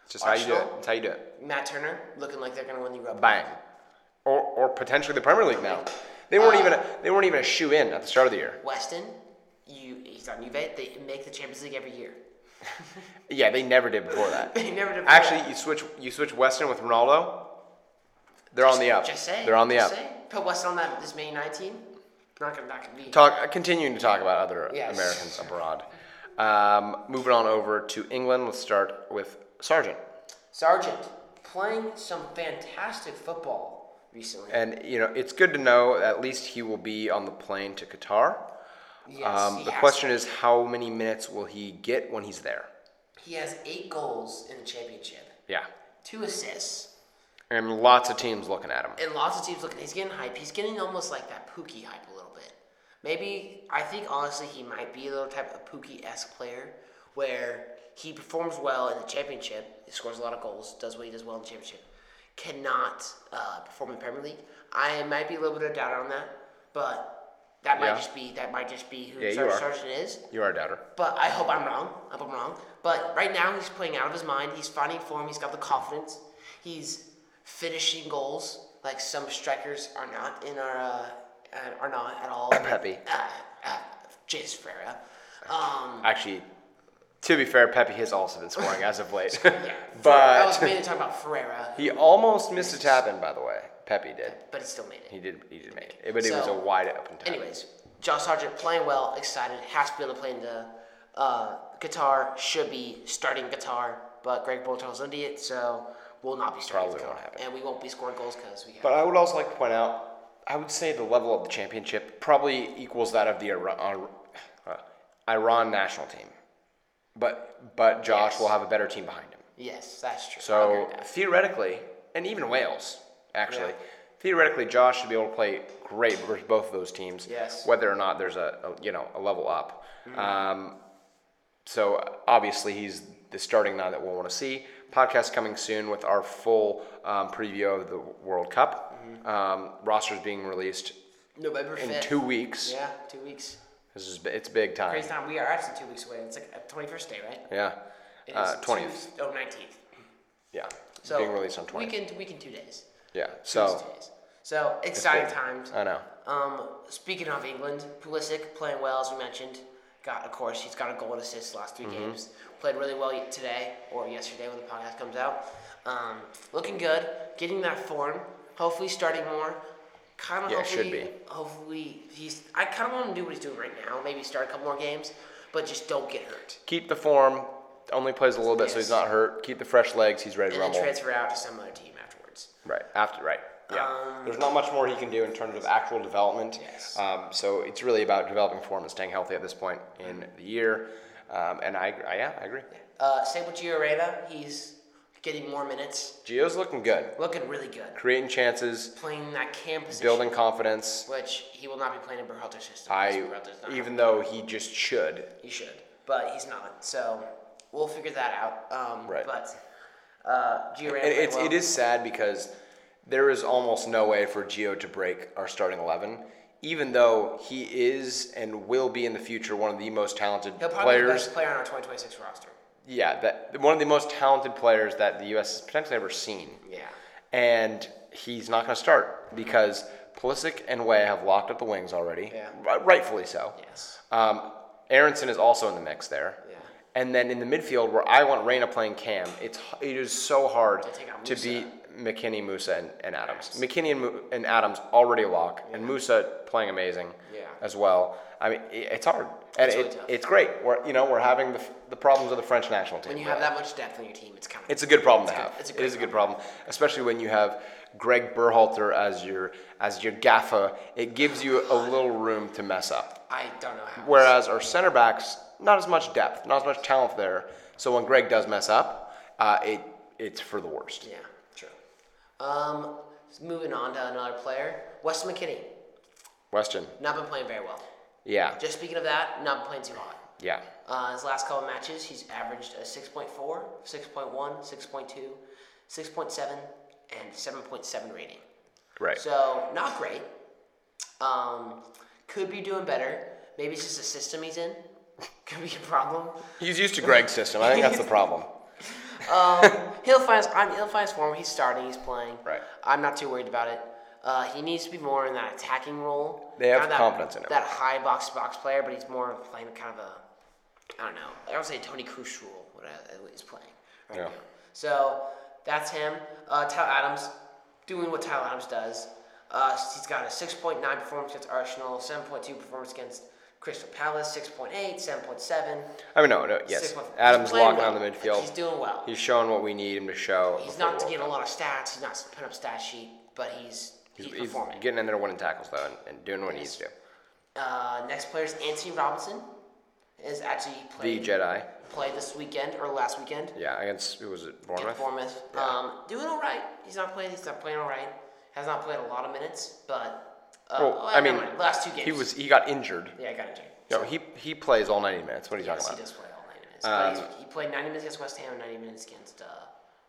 [SPEAKER 1] It's just how you do it.
[SPEAKER 2] Arsenal?
[SPEAKER 1] It's how you do it.
[SPEAKER 2] Matt Turner looking like they're gonna win the Europa.
[SPEAKER 1] Bang. Or or potentially the Premier League now. They weren't even a, they weren't even a shoe in at the start of the year.
[SPEAKER 2] Weston, you he's on Juve. They make the Champions League every year.
[SPEAKER 1] Yeah, they never did before that.
[SPEAKER 2] They never did.
[SPEAKER 1] Actually, you switch you switch Weston with Ronaldo. They're on the up.
[SPEAKER 2] Just say.
[SPEAKER 1] They're on the
[SPEAKER 2] just
[SPEAKER 1] up.
[SPEAKER 2] Say, put Weston on that this Man United team. Not gonna not gonna be.
[SPEAKER 1] Talk continuing to talk about other
[SPEAKER 2] Yes.
[SPEAKER 1] Americans abroad. Um, moving on over to England. Let's start with Sargent.
[SPEAKER 2] Sargent playing some fantastic football recently.
[SPEAKER 1] And you know, it's good to know at least he will be on the plane to Qatar.
[SPEAKER 2] yes,
[SPEAKER 1] Um,
[SPEAKER 2] he
[SPEAKER 1] the
[SPEAKER 2] has-
[SPEAKER 1] question is, how many minutes will he get when he's there?
[SPEAKER 2] He has eight goals in the championship,
[SPEAKER 1] Yeah,
[SPEAKER 2] two assists,
[SPEAKER 1] and lots of teams looking at him.
[SPEAKER 2] and lots of teams looking. He's getting hype. He's getting almost like that Pookie hype a little bit. Maybe I think honestly he might be a little type of Pookie esque player where he performs well in the championship. He scores a lot of goals, does what he does well in the championship. Cannot uh, perform in the Premier League. I might be a little bit of doubt on that, but That might
[SPEAKER 1] Yeah.
[SPEAKER 2] just be that might just be who
[SPEAKER 1] Yeah, you
[SPEAKER 2] Sergeant
[SPEAKER 1] are.
[SPEAKER 2] Sargent is.
[SPEAKER 1] You are a doubter.
[SPEAKER 2] But I hope I'm wrong. I hope I'm wrong. But right now he's playing out of his mind. He's finding form. He's got the confidence. He's finishing goals like some strikers are not in our uh, uh, are not at all.
[SPEAKER 1] Pepe.
[SPEAKER 2] Uh, uh, Jesus Ferreira. Um,
[SPEAKER 1] Actually, to be fair, Pepe has also been scoring as of late.
[SPEAKER 2] yeah, I was
[SPEAKER 1] but
[SPEAKER 2] mainly talking about Ferreira,
[SPEAKER 1] he almost missed a tap in, by the way. Pepe did.
[SPEAKER 2] but he still made it.
[SPEAKER 1] He did. He did make it, but it was a
[SPEAKER 2] So,
[SPEAKER 1] wide open tap.
[SPEAKER 2] Anyways, Josh Sargent playing well, excited, has to be able to play in the uh, guitar, should be starting guitar, but Greg Bolton's an idiot, so we'll not be starting
[SPEAKER 1] Probably
[SPEAKER 2] guitar.
[SPEAKER 1] won't happen.
[SPEAKER 2] And we won't be scoring goals because we have.
[SPEAKER 1] But I would also like to point out, I would say the level of the championship probably equals that of the Iran, uh, Iran national team. But but Josh
[SPEAKER 2] Yes.
[SPEAKER 1] will have a better team behind him.
[SPEAKER 2] yes, that's true. I'll agree
[SPEAKER 1] So
[SPEAKER 2] with that.
[SPEAKER 1] theoretically, and even Wales, actually,
[SPEAKER 2] Yeah.
[SPEAKER 1] theoretically, Josh should be able to play great versus both of those teams.
[SPEAKER 2] Yes. Mm-hmm.
[SPEAKER 1] Whether or not there's a, a you know a level up. Um, so obviously he's the starting nine that we'll want to see. Podcast coming soon with our full um, preview of the World Cup.
[SPEAKER 2] Mm-hmm.
[SPEAKER 1] Um, rosters being released
[SPEAKER 2] November 5th.
[SPEAKER 1] in two weeks.
[SPEAKER 2] Yeah, two weeks.
[SPEAKER 1] This is it's big time.
[SPEAKER 2] Crazy time. We are actually two weeks away. It's like uh, 21st day, right?
[SPEAKER 1] Yeah.
[SPEAKER 2] It
[SPEAKER 1] Uh,
[SPEAKER 2] is
[SPEAKER 1] twentieth.
[SPEAKER 2] Tues- oh, 19th.
[SPEAKER 1] Yeah.
[SPEAKER 2] So
[SPEAKER 1] being released on twentieth.
[SPEAKER 2] Weekend, weekend two days.
[SPEAKER 1] Yeah.
[SPEAKER 2] Tuesdays,
[SPEAKER 1] So
[SPEAKER 2] two days. So exciting
[SPEAKER 1] big.
[SPEAKER 2] times.
[SPEAKER 1] I know.
[SPEAKER 2] Um, speaking of England, Pulisic playing well as we mentioned. Got of course he's got a goal and assist the last 3
[SPEAKER 1] Mm-hmm.
[SPEAKER 2] games. Played really well y- today or yesterday when the podcast comes out. Um, looking good, getting that form. Hopefully starting more. Kind of
[SPEAKER 1] Yeah, should
[SPEAKER 2] hopefully, hopefully he's. I kind of want him to do what he's doing right now. Maybe start a couple more games, but just don't get hurt.
[SPEAKER 1] keep the form. Only plays a little bit, so
[SPEAKER 2] Yes.
[SPEAKER 1] he's not hurt. Keep the fresh legs. He's ready to
[SPEAKER 2] And then
[SPEAKER 1] rumble.
[SPEAKER 2] transfer out to some other team afterwards.
[SPEAKER 1] Right after, right. Yeah.
[SPEAKER 2] Um,
[SPEAKER 1] There's not much more he can do in terms of actual development.
[SPEAKER 2] Yes.
[SPEAKER 1] Um, so it's really about developing form and staying healthy at this point in
[SPEAKER 2] Mm-hmm.
[SPEAKER 1] the year. Um, and I, I, yeah, I agree.
[SPEAKER 2] Uh, same with Gio Reyna. He's getting more minutes.
[SPEAKER 1] Gio's looking good,
[SPEAKER 2] Looking really good.
[SPEAKER 1] creating chances,
[SPEAKER 2] Playing that cam position.
[SPEAKER 1] building confidence.
[SPEAKER 2] Which he will not be playing in Berhalter's system.
[SPEAKER 1] I,
[SPEAKER 2] because Berhalter's not-
[SPEAKER 1] even though he just should.
[SPEAKER 2] he should, but he's not. So we'll figure that out. Um,
[SPEAKER 1] Right.
[SPEAKER 2] But uh, Gio Reyna
[SPEAKER 1] It,
[SPEAKER 2] played
[SPEAKER 1] it's,
[SPEAKER 2] well.
[SPEAKER 1] it is sad because there is almost no way for Gio to break our starting eleven, even though he is and will be in the future one of the most talented
[SPEAKER 2] He'll probably be the
[SPEAKER 1] players
[SPEAKER 2] best player on our 2026 roster.
[SPEAKER 1] yeah, that one of the most talented players that the U.S. has potentially ever seen.
[SPEAKER 2] Yeah.
[SPEAKER 1] And he's not going to start because Pulisic and Way have locked up the wings already,
[SPEAKER 2] Yeah.
[SPEAKER 1] ri- rightfully so.
[SPEAKER 2] Yes.
[SPEAKER 1] Um, Aronson is also in the mix there.
[SPEAKER 2] Yeah.
[SPEAKER 1] And then in the midfield, where I want Reyna playing Cam, it's h- it is so hard
[SPEAKER 2] take out
[SPEAKER 1] to
[SPEAKER 2] Musa.
[SPEAKER 1] beat McKinney, Musa, and, and Adams. McKinney and, Mu- and Adams already lock, and Musa playing amazing
[SPEAKER 2] Yeah.
[SPEAKER 1] as well. I mean, i it's hard, and
[SPEAKER 2] It's
[SPEAKER 1] it,
[SPEAKER 2] really tough.
[SPEAKER 1] it's great. We're you know we're having the, f- the problems of the French national team.
[SPEAKER 2] When you
[SPEAKER 1] right?
[SPEAKER 2] have that much depth on your team, it's kind of.
[SPEAKER 1] It's a good problem to
[SPEAKER 2] good.
[SPEAKER 1] have.
[SPEAKER 2] It's a
[SPEAKER 1] It
[SPEAKER 2] great
[SPEAKER 1] is a good problem, especially when you have Greg Berhalter as your as your gaffer. It gives you a little room to mess up.
[SPEAKER 2] I don't know how.
[SPEAKER 1] Whereas our center backs, not as much depth, not as much talent there. So when Greg does mess up, uh, it it's for the worst.
[SPEAKER 2] Yeah. True. Um, moving on to another player, Weston McKinney.
[SPEAKER 1] Weston,
[SPEAKER 2] Not been playing very well.
[SPEAKER 1] yeah,
[SPEAKER 2] Just speaking of that, not been playing too hot.
[SPEAKER 1] yeah,
[SPEAKER 2] Uh, his last couple matches, he's averaged a 6.4, 6.1, 6.2, 6.7, and 7.7 rating.
[SPEAKER 1] right.
[SPEAKER 2] So, not great. Um, could be doing better. Maybe it's just the system he's in. Could be a problem.
[SPEAKER 1] He's used to Greg's system. I think that's the problem.
[SPEAKER 2] He'll find, his- I'm, he'll find his form. He's starting, he's playing.
[SPEAKER 1] Right.
[SPEAKER 2] I'm not too worried about it. Uh, he needs to be more in that attacking role.
[SPEAKER 1] They have
[SPEAKER 2] Not that,
[SPEAKER 1] confidence in him.
[SPEAKER 2] That high box to box player, but he's more of playing kind of a, I don't know. I would say Tony Cruz role, what I- what he's playing right
[SPEAKER 1] Yeah.
[SPEAKER 2] now. So that's him. Uh, Tyler Adams doing what Tyler Adams does. Uh, he's got a 6.9 performance against Arsenal, 7.2 performance against Crystal Palace, 6.8, 7.7.
[SPEAKER 1] I mean, no, no, yes.
[SPEAKER 2] 6.4.
[SPEAKER 1] Adams
[SPEAKER 2] He's playing
[SPEAKER 1] locking
[SPEAKER 2] well.
[SPEAKER 1] on the
[SPEAKER 2] Like,
[SPEAKER 1] midfield.
[SPEAKER 2] He's doing well.
[SPEAKER 1] He's showing what we need him to show.
[SPEAKER 2] He's
[SPEAKER 1] before
[SPEAKER 2] not
[SPEAKER 1] World
[SPEAKER 2] getting a lot of stats. He's not putting up stat sheet, but he's he's,
[SPEAKER 1] He's
[SPEAKER 2] performing.
[SPEAKER 1] getting in there winning tackles though and, and doing what he needs to do.
[SPEAKER 2] Uh, next player is Anthony Robinson. Is actually
[SPEAKER 1] The
[SPEAKER 2] played
[SPEAKER 1] Jedi,
[SPEAKER 2] played this weekend or last weekend
[SPEAKER 1] yeah, against who was it?
[SPEAKER 2] at
[SPEAKER 1] Bournemouth.
[SPEAKER 2] Bournemouth. Um, doing all right. He's not playing. He's not playing all right. Has not played a lot of minutes, but uh,
[SPEAKER 1] Well,
[SPEAKER 2] oh,
[SPEAKER 1] I
[SPEAKER 2] never
[SPEAKER 1] mean,
[SPEAKER 2] mind. last two games.
[SPEAKER 1] He was he got injured.
[SPEAKER 2] yeah, I got injured.
[SPEAKER 1] No, he he plays all ninety minutes. What are you
[SPEAKER 2] Yes, he
[SPEAKER 1] talking about? Um,
[SPEAKER 2] does play all ninety minutes. but he's, he played ninety minutes against West Ham and ninety minutes against uh,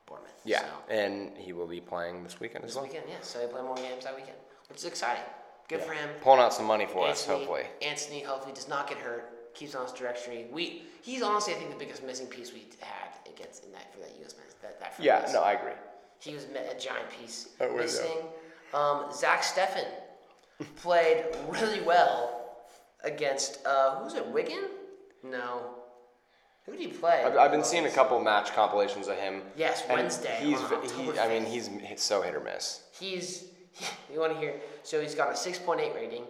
[SPEAKER 2] Bournemouth.
[SPEAKER 1] Yeah,
[SPEAKER 2] so.
[SPEAKER 1] and he will be playing this weekend as
[SPEAKER 2] this
[SPEAKER 1] well.
[SPEAKER 2] weekend. Yeah, so they play more games that weekend, which is exciting. Good for him.
[SPEAKER 1] Pulling out some money for us,
[SPEAKER 2] Anthony,
[SPEAKER 1] hopefully.
[SPEAKER 2] Anthony hopefully does not get hurt. Keeps on his directory. We he's honestly I think the biggest missing piece we had against in that for that U.S. men's that that. front
[SPEAKER 1] Yeah,
[SPEAKER 2] piece.
[SPEAKER 1] no, I agree.
[SPEAKER 2] He was mi- a giant piece
[SPEAKER 1] That Oh, was, yeah.
[SPEAKER 2] missing. Um, Zach Steffen played really well against uh, who's it? Wigan? No. Who did he play?
[SPEAKER 1] I've, I've been seeing a couple match compilations of him.
[SPEAKER 2] Yes,
[SPEAKER 1] and
[SPEAKER 2] Wednesday
[SPEAKER 1] He's,
[SPEAKER 2] on
[SPEAKER 1] v-
[SPEAKER 2] October
[SPEAKER 1] he, I mean, he's he's so hit or miss.
[SPEAKER 2] He's you want to hear? So he's got a 6.8 rating,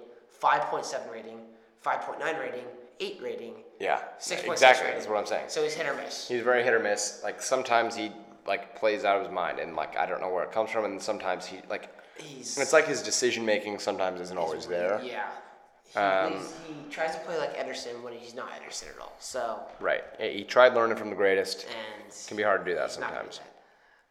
[SPEAKER 2] 5.7 rating, 5.9 rating, 8 rating.
[SPEAKER 1] Yeah,
[SPEAKER 2] Six point six
[SPEAKER 1] exactly.
[SPEAKER 2] rating.
[SPEAKER 1] That's what I'm saying.
[SPEAKER 2] So he's hit or miss.
[SPEAKER 1] He's very hit or miss. Like sometimes he like plays out of his mind, and like I don't know where it comes from. And sometimes he like
[SPEAKER 2] He's
[SPEAKER 1] and it's like his decision making sometimes isn't always there.
[SPEAKER 2] yeah. He,
[SPEAKER 1] Um,
[SPEAKER 2] plays- he tries to play like Ederson when he's not Ederson at all. So
[SPEAKER 1] Right. He he tried learning from the greatest.
[SPEAKER 2] and
[SPEAKER 1] Can be hard to do that
[SPEAKER 2] he's not gonna
[SPEAKER 1] sometimes.
[SPEAKER 2] do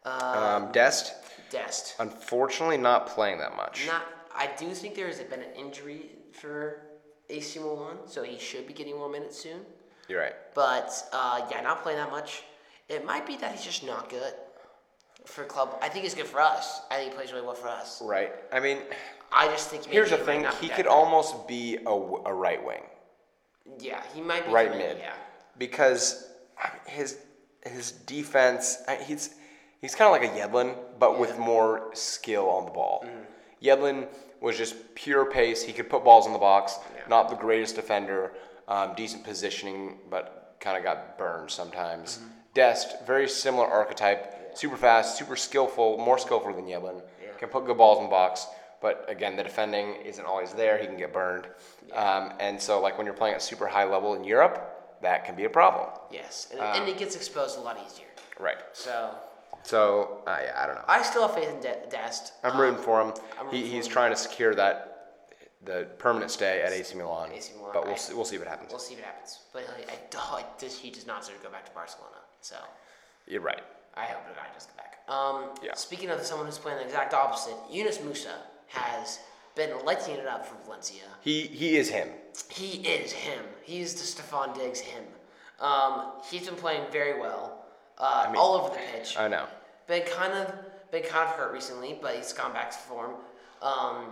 [SPEAKER 2] that.
[SPEAKER 1] Um, Dest,
[SPEAKER 2] Dest.
[SPEAKER 1] unfortunately, not playing that much.
[SPEAKER 2] Not. I do think there has been an injury for AC Milan, so he should be getting more minutes soon.
[SPEAKER 1] You're right.
[SPEAKER 2] But uh, yeah, not playing that much. It might be that he's just not good for club. I think he's good for us. I think he plays really well for us.
[SPEAKER 1] Right. I mean,
[SPEAKER 2] I just think maybe
[SPEAKER 1] here's the
[SPEAKER 2] might
[SPEAKER 1] thing.
[SPEAKER 2] not be
[SPEAKER 1] He
[SPEAKER 2] that
[SPEAKER 1] could
[SPEAKER 2] good.
[SPEAKER 1] almost be a, w- a right wing,
[SPEAKER 2] yeah he might be
[SPEAKER 1] right
[SPEAKER 2] good,
[SPEAKER 1] mid,
[SPEAKER 2] yeah
[SPEAKER 1] because I mean, his his defense. I- He's he's kind of like a Yedlin, but with more skill on the ball. Yedlin was just pure pace. He could put balls in the box. Not the greatest defender. Um, decent positioning, but kind of got burned sometimes. Dest, very similar archetype. Super fast, super skillful, more skillful than Yedlin. Can put good balls in the box, but again, the defending isn't always there. He can get burned. Um, and so, like when you're playing at super high level in Europe, that can be a problem.
[SPEAKER 2] yes
[SPEAKER 1] Uh,
[SPEAKER 2] and, and he gets exposed a lot easier.
[SPEAKER 1] Right.
[SPEAKER 2] So
[SPEAKER 1] So I, I don't know.
[SPEAKER 2] I still have faith in De- Dest.
[SPEAKER 1] I'm rooting for him.
[SPEAKER 2] rooting
[SPEAKER 1] he,
[SPEAKER 2] for
[SPEAKER 1] he's
[SPEAKER 2] him.
[SPEAKER 1] trying to secure that the permanent stay at AC Milan.
[SPEAKER 2] AC Milan,
[SPEAKER 1] But
[SPEAKER 2] I-
[SPEAKER 1] we'll see, we'll see what happens.
[SPEAKER 2] We'll see what happens. But he- I, I, does he does not deserve to go back to Barcelona. So
[SPEAKER 1] You're right.
[SPEAKER 2] I hope the guy does come back. Um,
[SPEAKER 1] Yeah.
[SPEAKER 2] Speaking of someone who's playing the exact opposite, Yunus Musa has been lighting it up for Valencia.
[SPEAKER 1] He he is him.
[SPEAKER 2] He is him. He's the Stefan Diggs him. Um, he's been playing very well, uh, all over the pitch.
[SPEAKER 1] I know.
[SPEAKER 2] Been kind of been kind of hurt recently, but he's gone back to form. Um,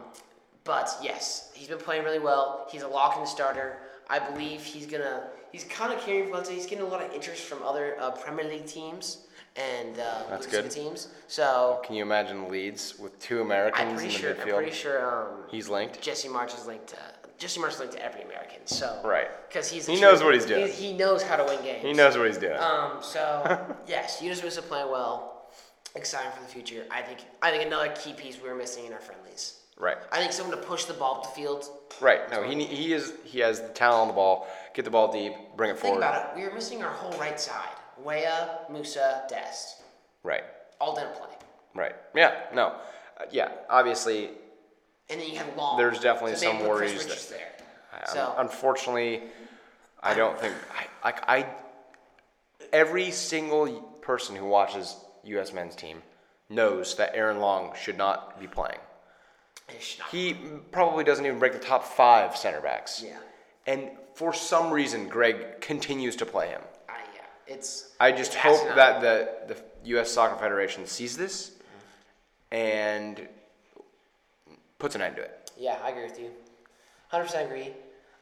[SPEAKER 2] but yes, he's been playing really well. He's a lock in the starter. I believe he's gonna. He's kind of carrying Valencia. He's getting a lot of interest from other uh, Premier League teams and uh,
[SPEAKER 1] That's
[SPEAKER 2] Bundesliga
[SPEAKER 1] good.
[SPEAKER 2] teams. So
[SPEAKER 1] Can you imagine Leeds with two
[SPEAKER 2] I'm
[SPEAKER 1] Americans in
[SPEAKER 2] pretty
[SPEAKER 1] the
[SPEAKER 2] sure. I'm
[SPEAKER 1] midfield?
[SPEAKER 2] pretty sure. Um,
[SPEAKER 1] He's linked.
[SPEAKER 2] Jesse March is linked to Jesse March is linked to every American. So
[SPEAKER 1] Right.
[SPEAKER 2] because he's
[SPEAKER 1] He knows what he's doing.
[SPEAKER 2] He, he knows how to win games.
[SPEAKER 1] He knows what he's doing.
[SPEAKER 2] Um. So yes, Yunus Musa playing well. Exciting for the future. I think. I think another key piece we were missing in our friendlies.
[SPEAKER 1] right.
[SPEAKER 2] I think someone to push the ball up the field.
[SPEAKER 1] Right. No, he ne- he is he has the talent on the ball. Get the ball deep. Bring it
[SPEAKER 2] Think
[SPEAKER 1] forward.
[SPEAKER 2] about it. We were missing our whole right side. Wea, Musa, Dest,
[SPEAKER 1] Right.
[SPEAKER 2] all didn't play.
[SPEAKER 1] Right. Yeah. No. Uh, yeah. Obviously,
[SPEAKER 2] And then you had Long.
[SPEAKER 1] There's definitely
[SPEAKER 2] so maybe
[SPEAKER 1] some
[SPEAKER 2] put Chris
[SPEAKER 1] worries that-
[SPEAKER 2] Richards there.
[SPEAKER 1] Um,
[SPEAKER 2] so
[SPEAKER 1] unfortunately, I don't think I like I. Every single person who watches U.S. men's team knows that Aaron Long should not be playing.
[SPEAKER 2] it should not.
[SPEAKER 1] He probably doesn't even break the top five center backs.
[SPEAKER 2] Yeah.
[SPEAKER 1] And for some reason, Greg continues to play him.
[SPEAKER 2] I, yeah. It's.
[SPEAKER 1] I just
[SPEAKER 2] it's
[SPEAKER 1] hope
[SPEAKER 2] asinine.
[SPEAKER 1] that the, the U.S. Soccer Federation sees this and puts an end to it.
[SPEAKER 2] Yeah, I agree with you. 100% agree.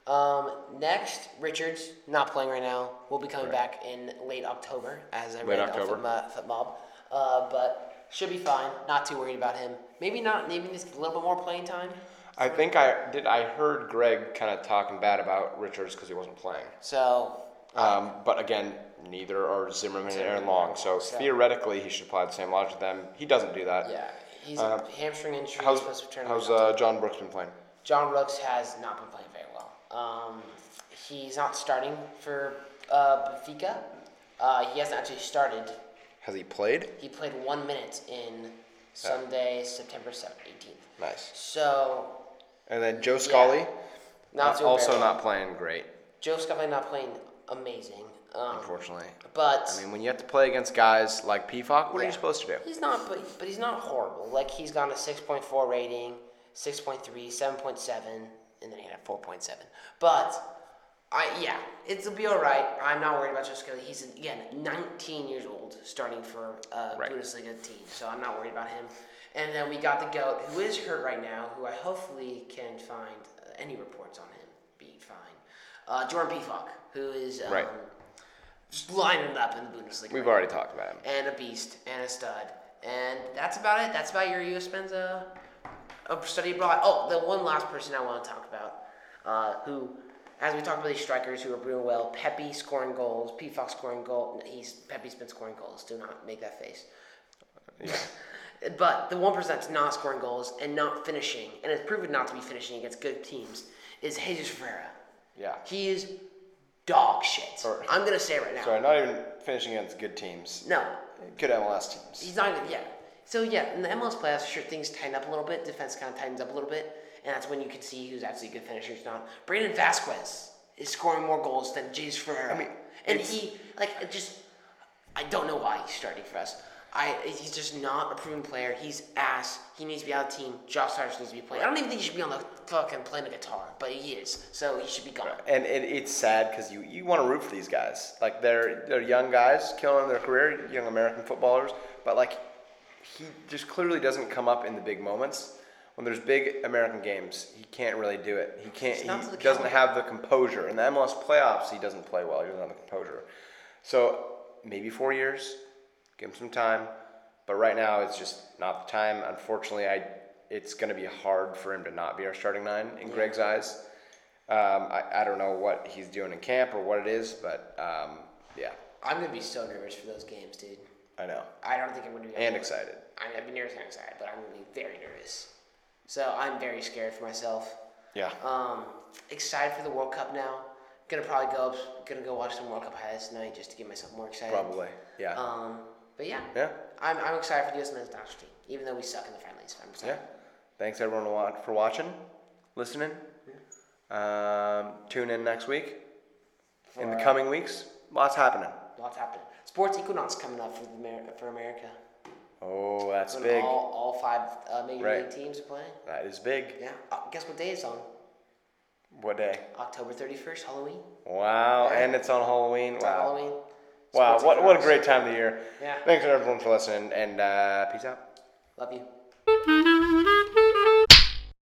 [SPEAKER 2] Um, next, Richards, not playing right now, will be coming back in late October, as I read
[SPEAKER 1] October.
[SPEAKER 2] on Foot, Foot Mob. Uh, but should be fine. Not too worried about him. Maybe not. Maybe just a little bit more playing time.
[SPEAKER 1] I think I did. I heard Greg kind of talking bad about Richards because he wasn't playing.
[SPEAKER 2] So
[SPEAKER 1] Um, but again, neither are Zimmerman and Aaron Long. So theoretically, he should apply the same logic to them. He doesn't do that.
[SPEAKER 2] yeah, he's hamstring injury.
[SPEAKER 1] Uh, How's,
[SPEAKER 2] supposed to return on
[SPEAKER 1] how's uh, John Brooks been playing?
[SPEAKER 2] John Rooks has not been playing very well. Um, he's not starting for uh, Benfica. Uh, he hasn't actually started
[SPEAKER 1] Has he played?
[SPEAKER 2] He played one minute in Sunday, September 7th, 18th.
[SPEAKER 1] Nice.
[SPEAKER 2] So,
[SPEAKER 1] And then Joe Scully,
[SPEAKER 2] not
[SPEAKER 1] uh,
[SPEAKER 2] doing
[SPEAKER 1] also
[SPEAKER 2] very well.
[SPEAKER 1] not playing great,
[SPEAKER 2] Joe Scully not playing amazing. Um,
[SPEAKER 1] unfortunately.
[SPEAKER 2] but
[SPEAKER 1] I mean, when you have to play against guys like PFOC, what are
[SPEAKER 2] Yeah.
[SPEAKER 1] you supposed to do?
[SPEAKER 2] he's not, but, but he's not horrible. Like, he's got a 6.4 rating, 6.3, 7.7, and then he had a 4.7. But, I yeah, it'll be all right. I'm not worried about Joe Scully. He's, again, 19 years old, starting for a
[SPEAKER 1] Right.
[SPEAKER 2] Bundesliga team, so I'm not worried about him. And then we got the goat, who is hurt right now, who I hopefully can find uh, any reports on him being fine. Uh, Jordan Peacock, who is um,
[SPEAKER 1] Right.
[SPEAKER 2] just lining it up in the Bundesliga.
[SPEAKER 1] We've
[SPEAKER 2] right
[SPEAKER 1] already talked about him.
[SPEAKER 2] and a beast and a stud. And that's about it. That's about your U.S. Men's uh, uh, study abroad. Oh, the one last person I want to talk about, uh, who, as we talked about these strikers who are doing well, Pepe scoring goals, P. Fox scoring goal. He's Pepe's been scoring goals. Do not make that face.
[SPEAKER 1] Yeah.
[SPEAKER 2] But the one percent that's not scoring goals and not finishing, and it's proven not to be finishing against good teams, is Jesus Ferreira.
[SPEAKER 1] Yeah.
[SPEAKER 2] He is dog shit.
[SPEAKER 1] Or-
[SPEAKER 2] I'm gonna say it right now.
[SPEAKER 1] Sorry, not even finishing against good teams.
[SPEAKER 2] No,
[SPEAKER 1] Good MLS teams.
[SPEAKER 2] He's not gonna, yeah. So yeah, in the MLS playoffs, sure things tighten up a little bit. Defense kind of tightens up a little bit, and that's when you can see who's actually a good finisher, who's not. Brandon Vasquez is scoring more goals than Jesus Ferreira.
[SPEAKER 1] mean,
[SPEAKER 2] and
[SPEAKER 1] it's-
[SPEAKER 2] he like it just, I don't know why he's starting for us. I he's just not a proven player. He's ass. He needs to be on the team. Josh Sargent needs to be playing. I don't even think he should be on the fucking playing the guitar, but he is. So he should be gone.
[SPEAKER 1] And it, it's sad because you, you want to root for these guys. Like they're they're young guys killing their career, young American footballers. But like he just clearly doesn't come up in the big moments. When there's big American games, he can't really do it. He can't. He
[SPEAKER 2] not to the
[SPEAKER 1] doesn't have
[SPEAKER 2] caliber.
[SPEAKER 1] the composure. In the MLS playoffs, he doesn't play well. He doesn't have the composure. So maybe four years. Give him some time. But right now, it's just not the time. Unfortunately, I it's going to be hard for him to not be our starting nine in Greg's eyes. Um, I, I don't know what he's doing in camp or what it is, but um, yeah,
[SPEAKER 2] I'm gonna be so nervous for those games, dude.
[SPEAKER 1] I know.
[SPEAKER 2] I don't think I'm gonna be. able
[SPEAKER 1] And
[SPEAKER 2] to-
[SPEAKER 1] excited.
[SPEAKER 2] I- I've been nervous and excited, but I'm gonna be very nervous. So I'm very scared for myself.
[SPEAKER 1] Yeah.
[SPEAKER 2] Um, excited for the World Cup now. Gonna probably go gonna go watch some World Cup highlights tonight just to get myself more excited.
[SPEAKER 1] Probably. Yeah.
[SPEAKER 2] Um, but yeah.
[SPEAKER 1] Yeah.
[SPEAKER 2] I'm, I'm excited for the U.S. men's national team, even though we suck in the friendlies. I'm
[SPEAKER 1] yeah.
[SPEAKER 2] excited.
[SPEAKER 1] Thanks everyone a lot for watching, listening. Um, tune in next week. in the
[SPEAKER 2] For-
[SPEAKER 1] coming weeks, lots happening.
[SPEAKER 2] Lots happening. Sports Equinox coming up for the Amer- for America.
[SPEAKER 1] Oh, that's
[SPEAKER 2] When
[SPEAKER 1] big.
[SPEAKER 2] All, all five uh, major
[SPEAKER 1] Right.
[SPEAKER 2] league teams are playing.
[SPEAKER 1] That is big.
[SPEAKER 2] Yeah. Uh, guess what day it's on?
[SPEAKER 1] What day?
[SPEAKER 2] October 31st, Halloween.
[SPEAKER 1] Wow.
[SPEAKER 2] Yeah.
[SPEAKER 1] And it's on Halloween.
[SPEAKER 2] It's on
[SPEAKER 1] Wow.
[SPEAKER 2] Halloween.
[SPEAKER 1] Wow. What,
[SPEAKER 2] Sports
[SPEAKER 1] what a
[SPEAKER 2] Equinox.
[SPEAKER 1] great time of the year.
[SPEAKER 2] Yeah.
[SPEAKER 1] Thanks everyone for listening and uh, peace out.
[SPEAKER 2] Love you.
[SPEAKER 3] Thank you.